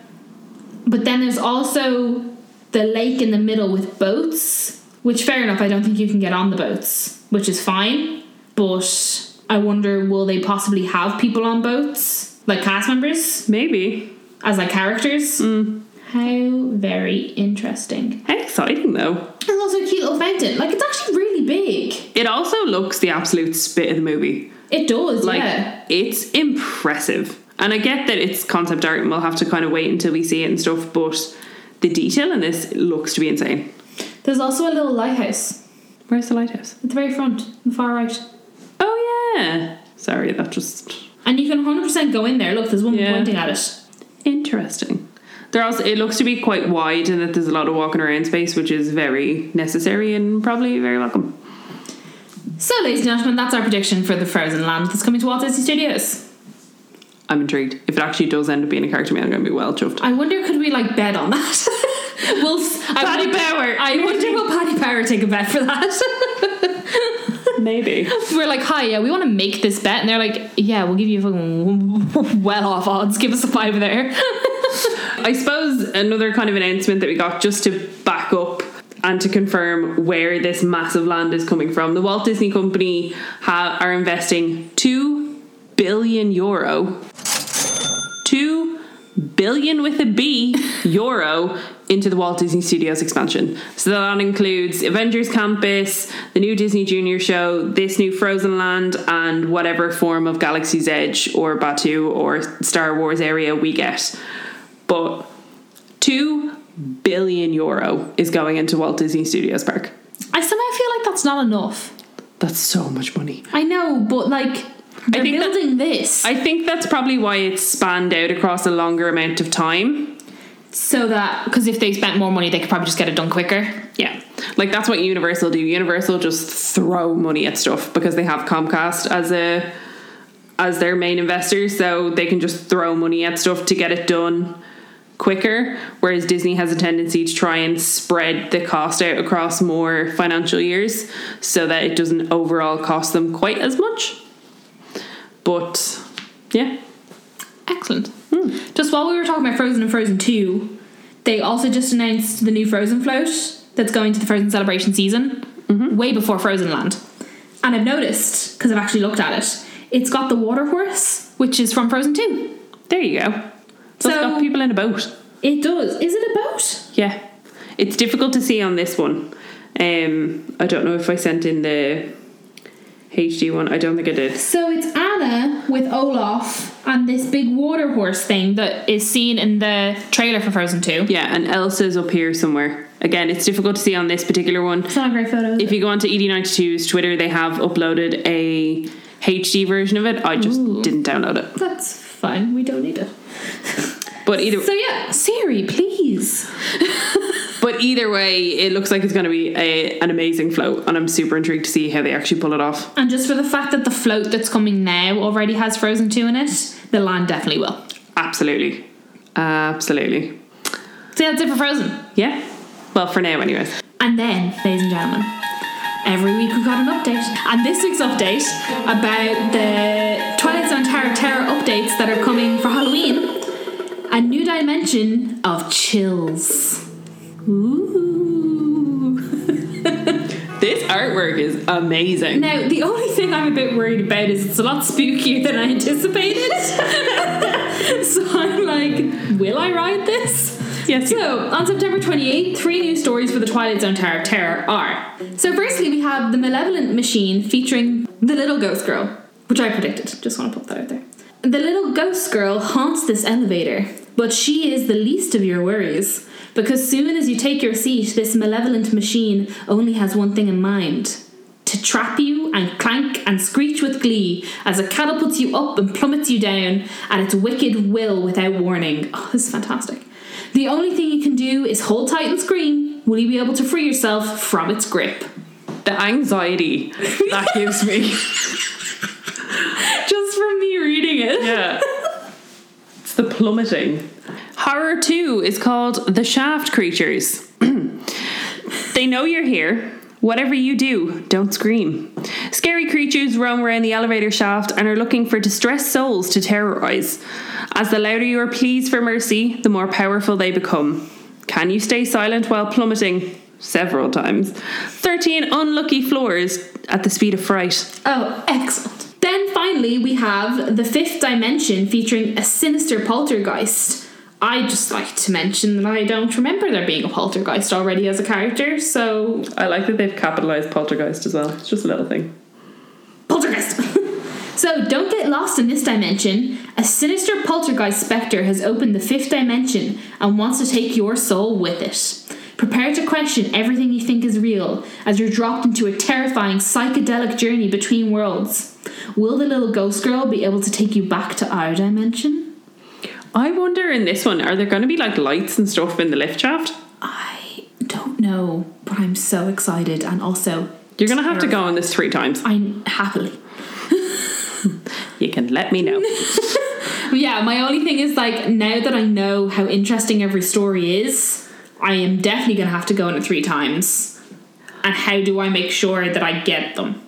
[SPEAKER 2] But then there's also the lake in the middle with boats, which fair enough, I don't think you can get on the boats, which is fine. But I wonder will they possibly have people on boats, like cast members,
[SPEAKER 1] Maybe.
[SPEAKER 2] as like characters? How very interesting.
[SPEAKER 1] How exciting, though.
[SPEAKER 2] There's also a cute little fountain. Like it's actually really big.
[SPEAKER 1] It also looks the absolute spit of the movie.
[SPEAKER 2] It does,
[SPEAKER 1] Like
[SPEAKER 2] yeah.
[SPEAKER 1] it's impressive. And I get that it's concept art and we'll have to kind of wait until we see it and stuff, but the detail in this looks to be insane.
[SPEAKER 2] There's also a little lighthouse
[SPEAKER 1] Where's the lighthouse?
[SPEAKER 2] at the very front, on the far right.
[SPEAKER 1] Oh yeah. Sorry, that just
[SPEAKER 2] And you can 100% go in there. Look, there's one
[SPEAKER 1] Yeah.
[SPEAKER 2] pointing at it.
[SPEAKER 1] interesting. There also it looks to be quite wide and that there's a lot of walking around space, which is very necessary and probably very welcome.
[SPEAKER 2] So, ladies and gentlemen, that's our prediction for the Frozen Land that's coming to Walt Disney Studios.
[SPEAKER 1] I'm intrigued. If it actually does end up being a character meal, I'm gonna be well chuffed.
[SPEAKER 2] I wonder, could we like bet on that? will
[SPEAKER 1] Paddy
[SPEAKER 2] Power. I wonder will Paddy Power take a bet for that?
[SPEAKER 1] Maybe.
[SPEAKER 6] We're like, hi, yeah, we want to make this bet, and they're like, yeah, we'll give you fucking well off odds. Give us a five there.
[SPEAKER 1] I suppose another kind of announcement that we got just to back up and to confirm where this massive land is coming from. The Walt Disney Company ha- are investing 2 billion euro. 2 billion with a B euro into the Walt Disney Studios expansion. So that includes Avengers Campus, the new Disney Junior show, this new Frozen Land, and whatever form of Galaxy's Edge or Batu or Star Wars area we get. But 2 billion euro is going into Walt Disney Studios Park.
[SPEAKER 6] I somehow feel like that's not enough.
[SPEAKER 1] That's so much money.
[SPEAKER 2] I know, but like, they're
[SPEAKER 1] think that-
[SPEAKER 2] building this
[SPEAKER 1] I think that's probably why it's spanned out across a longer amount of time.
[SPEAKER 2] so that
[SPEAKER 6] Because if they spent more money, they could probably just get it done quicker.
[SPEAKER 1] Yeah. Like that's what Universal do. Universal just throw money at stuff because they have Comcast as a as their main investor, so they can just throw money at stuff to get it done quicker. Whereas Disney has a tendency to try and spread the cost out across more financial years so that it doesn't overall cost them quite as much. But yeah.
[SPEAKER 6] Excellent.
[SPEAKER 2] just while we were talking about Frozen and Frozen 2, they also just announced the new Frozen float that's going to the Frozen celebration season.
[SPEAKER 6] Way before Frozen Land,
[SPEAKER 2] And I've noticed, because I've actually looked at it, it's got the water horse.
[SPEAKER 6] which is from Frozen 2.
[SPEAKER 1] There you go. So, it's
[SPEAKER 2] So-
[SPEAKER 1] got people in a boat.
[SPEAKER 2] It does. Is it a boat?
[SPEAKER 1] Yeah. It's difficult to see on this one. Um, I don't know if I sent in the HD one. I don't think I did.
[SPEAKER 2] So it's Anna with Olaf and this big water horse thing.
[SPEAKER 6] That is seen in the trailer for Frozen 2.
[SPEAKER 1] Yeah, and Elsa's up here somewhere. Again, it's difficult to see on this particular one.
[SPEAKER 2] It's not a great photo. is
[SPEAKER 1] If
[SPEAKER 2] it?
[SPEAKER 1] you go onto E ED92's Twitter, they have uploaded a HD version of it. I just
[SPEAKER 6] Ooh.
[SPEAKER 1] didn't download it.
[SPEAKER 2] That's fine. We don't need it.
[SPEAKER 1] But either
[SPEAKER 2] So yeah,
[SPEAKER 6] Siri, please.
[SPEAKER 1] but either way, it looks like it's going to be a, an amazing float, and I'm super intrigued to see how they actually pull it off.
[SPEAKER 2] and just for the fact that the float
[SPEAKER 6] Float that's coming now already has Frozen 2 in it. The land definitely will.
[SPEAKER 1] Absolutely, absolutely.
[SPEAKER 6] So that's it for Frozen.
[SPEAKER 1] Yeah. Well, for now, anyways.
[SPEAKER 2] And then, ladies and gentlemen, every week we've got an update. And this week's update about the Twilight Zone Tower of Terror updates that are coming for Halloween. A new dimension of chills. Ooh.
[SPEAKER 1] This artwork is amazing.
[SPEAKER 2] Now, the only thing I'm a bit worried about is it's a lot spookier than I anticipated. so I'm like, will I ride this?
[SPEAKER 1] Yes, you-
[SPEAKER 2] So, on September 28th, three new stories for the Twilight Zone Tower of Terror are. So, firstly, we have The Malevolent Machine featuring The Little Ghost Girl, which I predicted. Just want to put that out there. The Little Ghost Girl haunts this elevator, but she is the least of your worries. Because soon as you take your seat, this malevolent machine only has one thing in mind to trap you and clank and screech with glee as it catapults you up and plummets you down at its wicked will without warning. Oh, this is fantastic. The only thing you can do is hold tight and scream. Will you be able to free yourself from its grip?
[SPEAKER 1] the anxiety that gives me.
[SPEAKER 2] Just from me reading it.
[SPEAKER 1] Yeah. It's the plummeting. Horror 2 is called The Shaft Creatures. they know you're here. Whatever you do, don't scream. Scary creatures roam around the elevator shaft and are looking for distressed souls to terrorize. As the louder your pleas for mercy, the more powerful they become. Can you stay silent while plummeting? Several times. 13 unlucky floors at the speed of fright.
[SPEAKER 2] Oh, excellent. Then finally, we have The Fifth Dimension featuring a sinister poltergeist. I just like to mention that I don't remember there being a poltergeist already as a character, so.
[SPEAKER 1] I like that they've capitalized poltergeist as well. It's just a little thing.
[SPEAKER 2] Poltergeist! so don't get lost in this dimension. A sinister poltergeist spectre has opened the fifth dimension and wants to take your soul with it. Prepare to question everything you think is real as you're dropped into a terrifying psychedelic journey between worlds. Will the little ghost girl be able to take you back to our dimension?
[SPEAKER 1] I wonder in this one, are there going to be like lights and stuff in the lift shaft?
[SPEAKER 2] I don't know, but I'm so excited and also
[SPEAKER 1] You're going to have to go on this three times.
[SPEAKER 2] I'm happily.
[SPEAKER 1] You can let me know.
[SPEAKER 2] But yeah, my only thing is like now that I know how interesting every story is, I am definitely gonna have to go on it three times. And how do I make sure that I get them?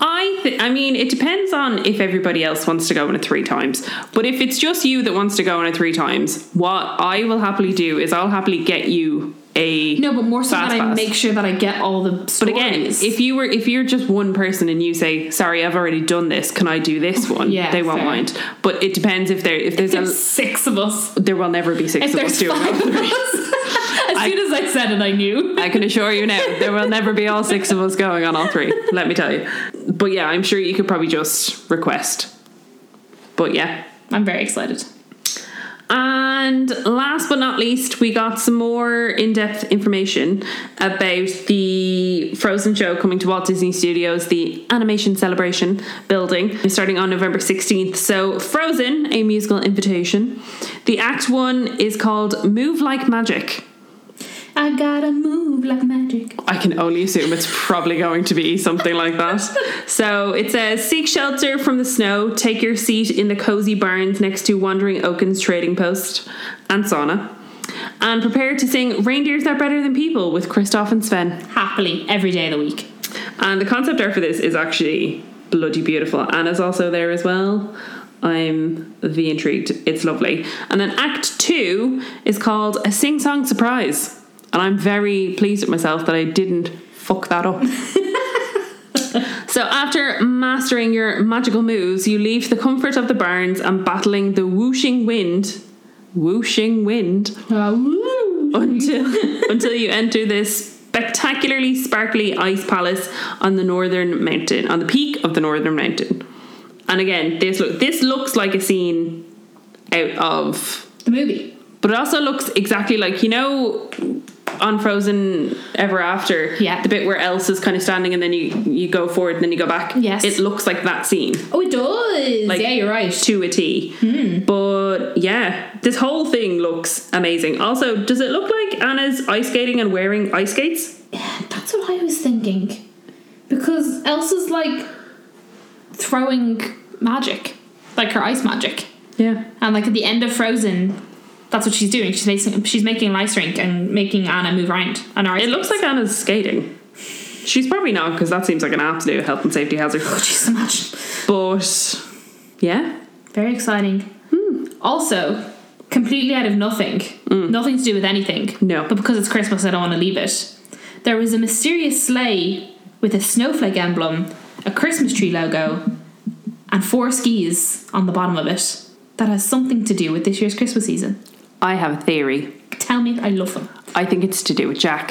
[SPEAKER 1] I th- I mean, it depends on if everybody else wants to go on it three times. But if it's just you that wants to go on it three times, what I will happily do is I'll happily get you a
[SPEAKER 2] No, but more so
[SPEAKER 1] Fast
[SPEAKER 2] that I
[SPEAKER 1] pass.
[SPEAKER 2] make sure that I get all the stories.
[SPEAKER 1] But again, if you were if you're just one person and you say, "Sorry, I've already done this. Can I do this one?"
[SPEAKER 2] Yeah,
[SPEAKER 1] they won't
[SPEAKER 2] fair.
[SPEAKER 1] mind. But it depends if there if there's,
[SPEAKER 2] there's six of us.
[SPEAKER 1] a there will never be six
[SPEAKER 2] If
[SPEAKER 1] of us
[SPEAKER 2] there's
[SPEAKER 1] doing
[SPEAKER 2] five
[SPEAKER 1] it.
[SPEAKER 2] of us. as soon as I said it, I knew.
[SPEAKER 1] I can assure you now, there will never be all six of us going on all three. Let me tell you. But yeah, I'm sure you could probably just request. But yeah.
[SPEAKER 2] I'm very excited.
[SPEAKER 1] And last but not least, we got some more in depth information about the Frozen show coming to Walt Disney Studios, the Animation Celebration building, starting on November 16th. So, Frozen, a musical invitation. The act one is called Move Like Magic.
[SPEAKER 2] I gotta move like magic.
[SPEAKER 1] I can only assume it's probably going to be something like that. So it says seek shelter from the snow, take your seat in the cozy barns next to Wandering Oaken's trading post and sauna, and prepare to sing Reindeers Are Better Than People with Kristoff and Sven.
[SPEAKER 2] Happily, every day of the week.
[SPEAKER 1] And the concept art for this is actually bloody beautiful. Anna's also there as well. I'm the intrigued. It's lovely. And then Act Two is called A Sing Song Surprise. And I'm very pleased at myself that I didn't fuck that up. So after mastering your magical moves, you leave the comfort of the barns and battling the whooshing wind, whooshing wind,
[SPEAKER 2] Uh, woo.
[SPEAKER 1] until until you enter this spectacularly sparkly ice palace on the northern mountain, on the peak of the northern mountain. And again, this look this looks like a scene out of
[SPEAKER 2] The movie.
[SPEAKER 1] but it also looks exactly like you know on Frozen Ever After,
[SPEAKER 2] Yeah.
[SPEAKER 1] the bit where Elsa's kind of standing and then you you go forward and then you go back.
[SPEAKER 2] Yes.
[SPEAKER 1] it looks like that scene
[SPEAKER 2] Oh, it does.
[SPEAKER 1] Like-
[SPEAKER 2] yeah, you're right.
[SPEAKER 1] to a T. But yeah, this whole thing looks amazing. Also, does it look like Anna's ice skating and wearing ice skates?
[SPEAKER 2] That's what I was thinking. Because Elsa's like throwing magic, like her ice magic.
[SPEAKER 1] Yeah.
[SPEAKER 2] And like at the end of Frozen, that's what she's doing. She's making, she's making an ice rink and making Anna move around. And her ice
[SPEAKER 1] It looks like Anna's skating. She's probably not because that seems like an absolute health and safety hazard.
[SPEAKER 2] oh, jeez, so much.
[SPEAKER 1] But yeah,
[SPEAKER 2] Very exciting. Hmm. Also, completely out of nothing. Nothing to do with anything.
[SPEAKER 1] Mm. No.
[SPEAKER 2] But because it's Christmas, I don't want to leave it. There was a mysterious sleigh with a snowflake emblem, a Christmas tree logo, and four skis on the bottom of it. That has something to do with this year's Christmas season.
[SPEAKER 1] I have a theory.
[SPEAKER 2] Tell me, I love them.
[SPEAKER 1] I think it's to do with Jack.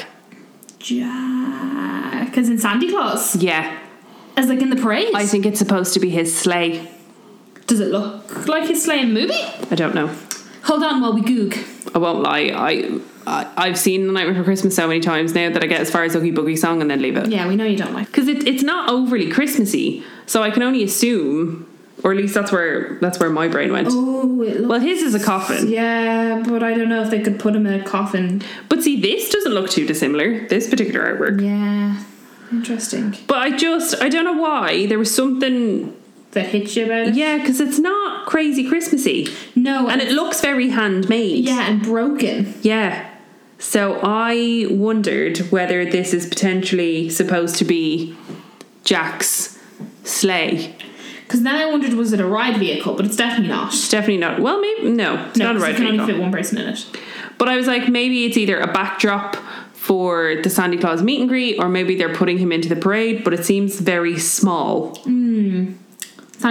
[SPEAKER 2] Jack is in Santa Claus,
[SPEAKER 1] Yeah,
[SPEAKER 2] as like in the parade.
[SPEAKER 1] I think it's supposed to be his sleigh.
[SPEAKER 2] Does it look like his sleigh in the movie?
[SPEAKER 1] I don't know.
[SPEAKER 2] Hold on while we goog.
[SPEAKER 1] I won't lie. I, I I've seen The Night Before Christmas so many times now that I get as far as Oogie Boogie Song and then leave it
[SPEAKER 2] Yeah, we know you don't like.
[SPEAKER 1] because it, it's not overly Christmassy. So I can only assume, or at least that's where that's where my brain went.
[SPEAKER 2] Oh, it looks.
[SPEAKER 1] Well, his is a coffin,
[SPEAKER 2] Yeah, but I don't know if they could put him in a coffin.
[SPEAKER 1] but see, this doesn't look too dissimilar. This particular artwork.
[SPEAKER 2] Yeah, interesting.
[SPEAKER 1] But I just I don't know why there was something
[SPEAKER 2] That hits you about it.
[SPEAKER 1] yeah because it's not crazy Christmassy
[SPEAKER 2] No,
[SPEAKER 1] and it looks very handmade
[SPEAKER 2] yeah, and broken.
[SPEAKER 1] Yeah. So I wondered whether this is potentially supposed to be Jack's sleigh.
[SPEAKER 2] Because then I wondered, was it a ride vehicle? But it's definitely not.
[SPEAKER 1] It's definitely not. Well, maybe no. It's
[SPEAKER 2] no,
[SPEAKER 1] not a
[SPEAKER 2] 'cause
[SPEAKER 1] ride
[SPEAKER 2] it can only
[SPEAKER 1] vehicle.
[SPEAKER 2] fit one person in it.
[SPEAKER 1] But I was like, maybe it's either a backdrop for the Santa Claus meet and greet, or maybe they're putting him into the parade. But it seems very small.
[SPEAKER 2] Santa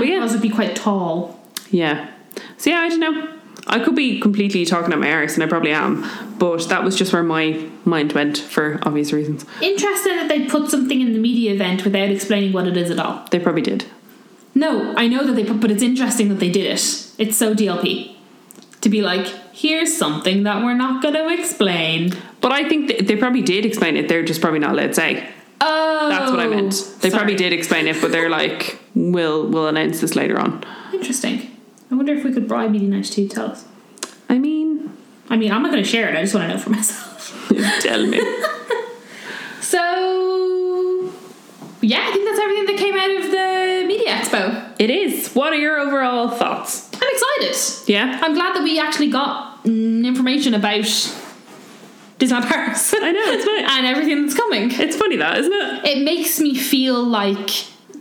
[SPEAKER 1] yeah.
[SPEAKER 2] Claus would be quite tall.
[SPEAKER 1] Yeah. So yeah, I don't know. I could be completely talking out my arse, and I probably am. But that was just where my mind went for obvious reasons.
[SPEAKER 2] Interesting that they put something in the media event without explaining what it is at all.
[SPEAKER 1] They probably did.
[SPEAKER 2] No, I know that they put, but it's interesting that they did it. It's so DLP to be like, here's something that we're not going to explain.
[SPEAKER 1] But But I think th- they probably did explain it. They're just probably not allowed to say.
[SPEAKER 2] Oh,
[SPEAKER 1] That's what I meant. They probably
[SPEAKER 2] sorry.
[SPEAKER 1] did explain it, but they're like, we'll we'll announce this later on.
[SPEAKER 4] Interesting. I wonder if we could bribe ED92 to tell us.
[SPEAKER 1] I mean,
[SPEAKER 4] I mean, I'm not going to share it. I just want to know for myself.
[SPEAKER 1] tell me.
[SPEAKER 2] So, yeah, I think that's everything that came out of the media expo.
[SPEAKER 1] It is. What are your overall thoughts?
[SPEAKER 2] I'm excited.
[SPEAKER 1] Yeah.
[SPEAKER 2] I'm glad that we actually got mm, information about Disneyland Paris.
[SPEAKER 1] I know, it's nice.
[SPEAKER 2] and everything that's coming.
[SPEAKER 1] It's funny that, isn't it?
[SPEAKER 2] It makes me feel like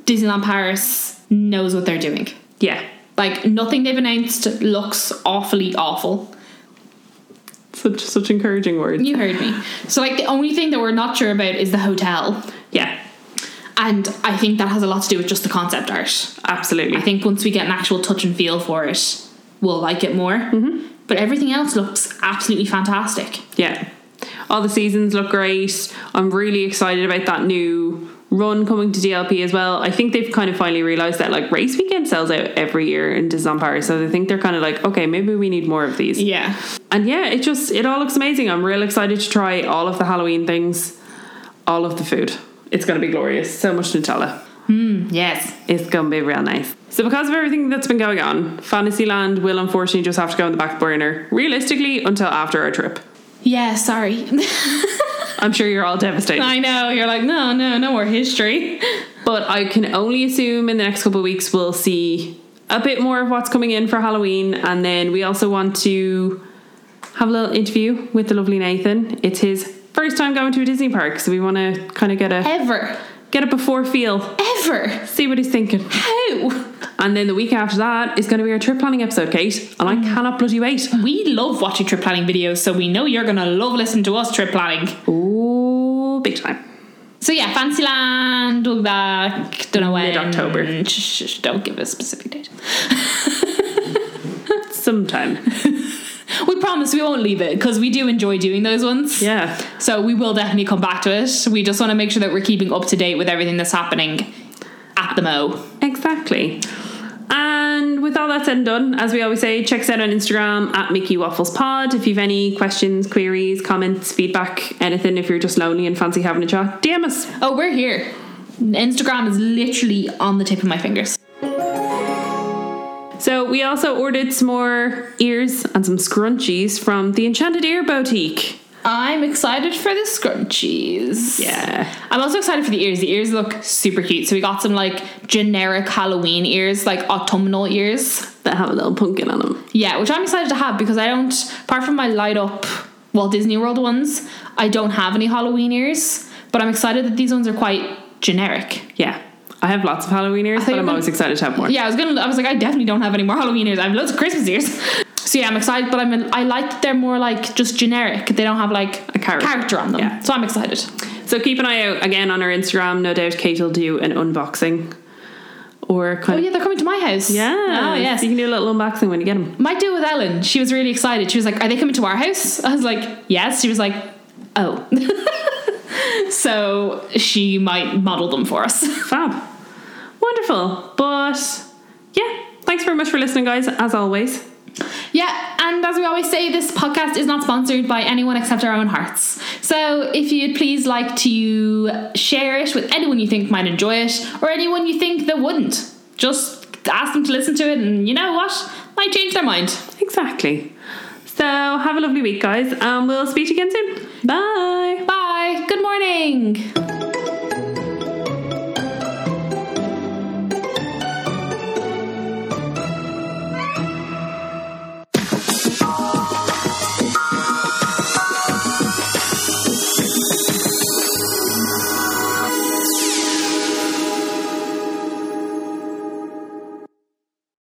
[SPEAKER 2] Disneyland Paris knows what they're doing.
[SPEAKER 1] Yeah.
[SPEAKER 2] Like nothing they've announced looks awfully awful.
[SPEAKER 1] Such such encouraging words.
[SPEAKER 2] You heard me. So like the only thing that we're not sure about is the hotel.
[SPEAKER 1] Yeah.
[SPEAKER 2] And I think that has a lot to do with just the concept art.
[SPEAKER 1] Absolutely.
[SPEAKER 2] I think once we get an actual touch and feel for it, we'll like it more. But everything else looks absolutely fantastic.
[SPEAKER 1] Yeah. All the seasons look great. I'm really excited about that new run coming to DLP as well. I think they've kind of finally realised that like race weekend sells out every year in Disneyland Paris. So they think they're kind of like, okay, maybe we need more of these.
[SPEAKER 2] Yeah.
[SPEAKER 1] And yeah, it just it all looks amazing. I'm real excited to try all of the Halloween things, all of the food. It's gonna be glorious. So much Nutella.
[SPEAKER 2] Yes.
[SPEAKER 1] It's gonna be real nice. So because of everything that's been going on, Fantasyland will unfortunately just have to go on the back burner, realistically, until after our trip.
[SPEAKER 2] Yeah, sorry.
[SPEAKER 1] I'm sure you're all devastated.
[SPEAKER 2] I know. You're like, no, no, no more history.
[SPEAKER 1] But I can only assume in the next couple of weeks we'll see a bit more of what's coming in for Halloween. And then we also want to have a little interview with the lovely Nathan. It's his first time going to a Disney park, so we want to kind of get a
[SPEAKER 2] Ever.
[SPEAKER 1] get a before feel,
[SPEAKER 2] Ever.
[SPEAKER 1] see what he's thinking.
[SPEAKER 2] How?
[SPEAKER 1] And then the week after that is going to be our trip planning episode, Kate. And I cannot bloody wait.
[SPEAKER 2] We love watching trip planning videos, so we know you're going to love listening to us trip planning.
[SPEAKER 1] Oh, big time.
[SPEAKER 2] So yeah, Fantasyland will be back. Don't know when.
[SPEAKER 1] Mid-October.
[SPEAKER 2] Shh, shh, shh, don't give a specific date.
[SPEAKER 1] Sometime.
[SPEAKER 2] We promise we won't leave it because we do enjoy doing those ones.
[SPEAKER 1] Yeah.
[SPEAKER 2] So we will definitely come back to it. We just want to make sure that we're keeping up to date with everything that's happening at the mo.
[SPEAKER 1] Exactly. And with all that said and done, as we always say, check us out on Instagram at Mickey Waffles Pod. If you've any questions, queries, comments, feedback, anything, if you're just lonely and fancy having a chat, DM us.
[SPEAKER 2] Oh, we're here. Instagram is literally on the tip of my fingers.
[SPEAKER 1] So we also ordered some more ears and some scrunchies from the Enchanted Ear Boutique.
[SPEAKER 2] I'm excited for the scrunchies.
[SPEAKER 1] Yeah.
[SPEAKER 2] I'm also excited for the ears. The ears look super cute. So we got some like generic Halloween ears, like autumnal ears.
[SPEAKER 1] That have a little pumpkin on them.
[SPEAKER 2] Yeah, which I'm excited to have because I don't, apart from my light up Walt Disney World ones, I don't have any Halloween ears. But I'm excited that these ones are quite generic.
[SPEAKER 1] Yeah. I have lots of Halloween ears,
[SPEAKER 2] thought
[SPEAKER 1] but
[SPEAKER 2] you
[SPEAKER 1] I'm
[SPEAKER 2] were-
[SPEAKER 1] always excited to have more.
[SPEAKER 2] Yeah, I was gonna. I was like, I definitely don't have any more Halloween ears. I have loads of Christmas ears. So yeah, I'm excited, but I'm. I like that they're more like just generic. They don't have like
[SPEAKER 1] A character.
[SPEAKER 2] on them.
[SPEAKER 1] Yeah.
[SPEAKER 2] So I'm excited.
[SPEAKER 1] So keep an eye out again on our Instagram. No doubt Kate will do an unboxing or
[SPEAKER 2] Oh
[SPEAKER 1] kind
[SPEAKER 2] yeah, they're coming to my house.
[SPEAKER 1] Yeah.
[SPEAKER 2] Oh yes.
[SPEAKER 1] You can do a little unboxing when you get them.
[SPEAKER 2] My deal with Ellen, she was really excited. She was like, Are they coming to our house? I was like, Yes. She was like, Oh. so she might model them for us.
[SPEAKER 1] Fab. Wonderful. But yeah, thanks very much for listening, guys, as always.
[SPEAKER 2] yeah, and as we always say, this podcast is not sponsored by anyone except our own hearts. So if you'd please like to share it with anyone you think might enjoy it or anyone you think that wouldn't, just ask them to listen to it and you know what? Might change their mind.
[SPEAKER 1] Exactly. So have a lovely week, guys, and we'll speak to you again soon. Bye.
[SPEAKER 2] Bye. Good morning.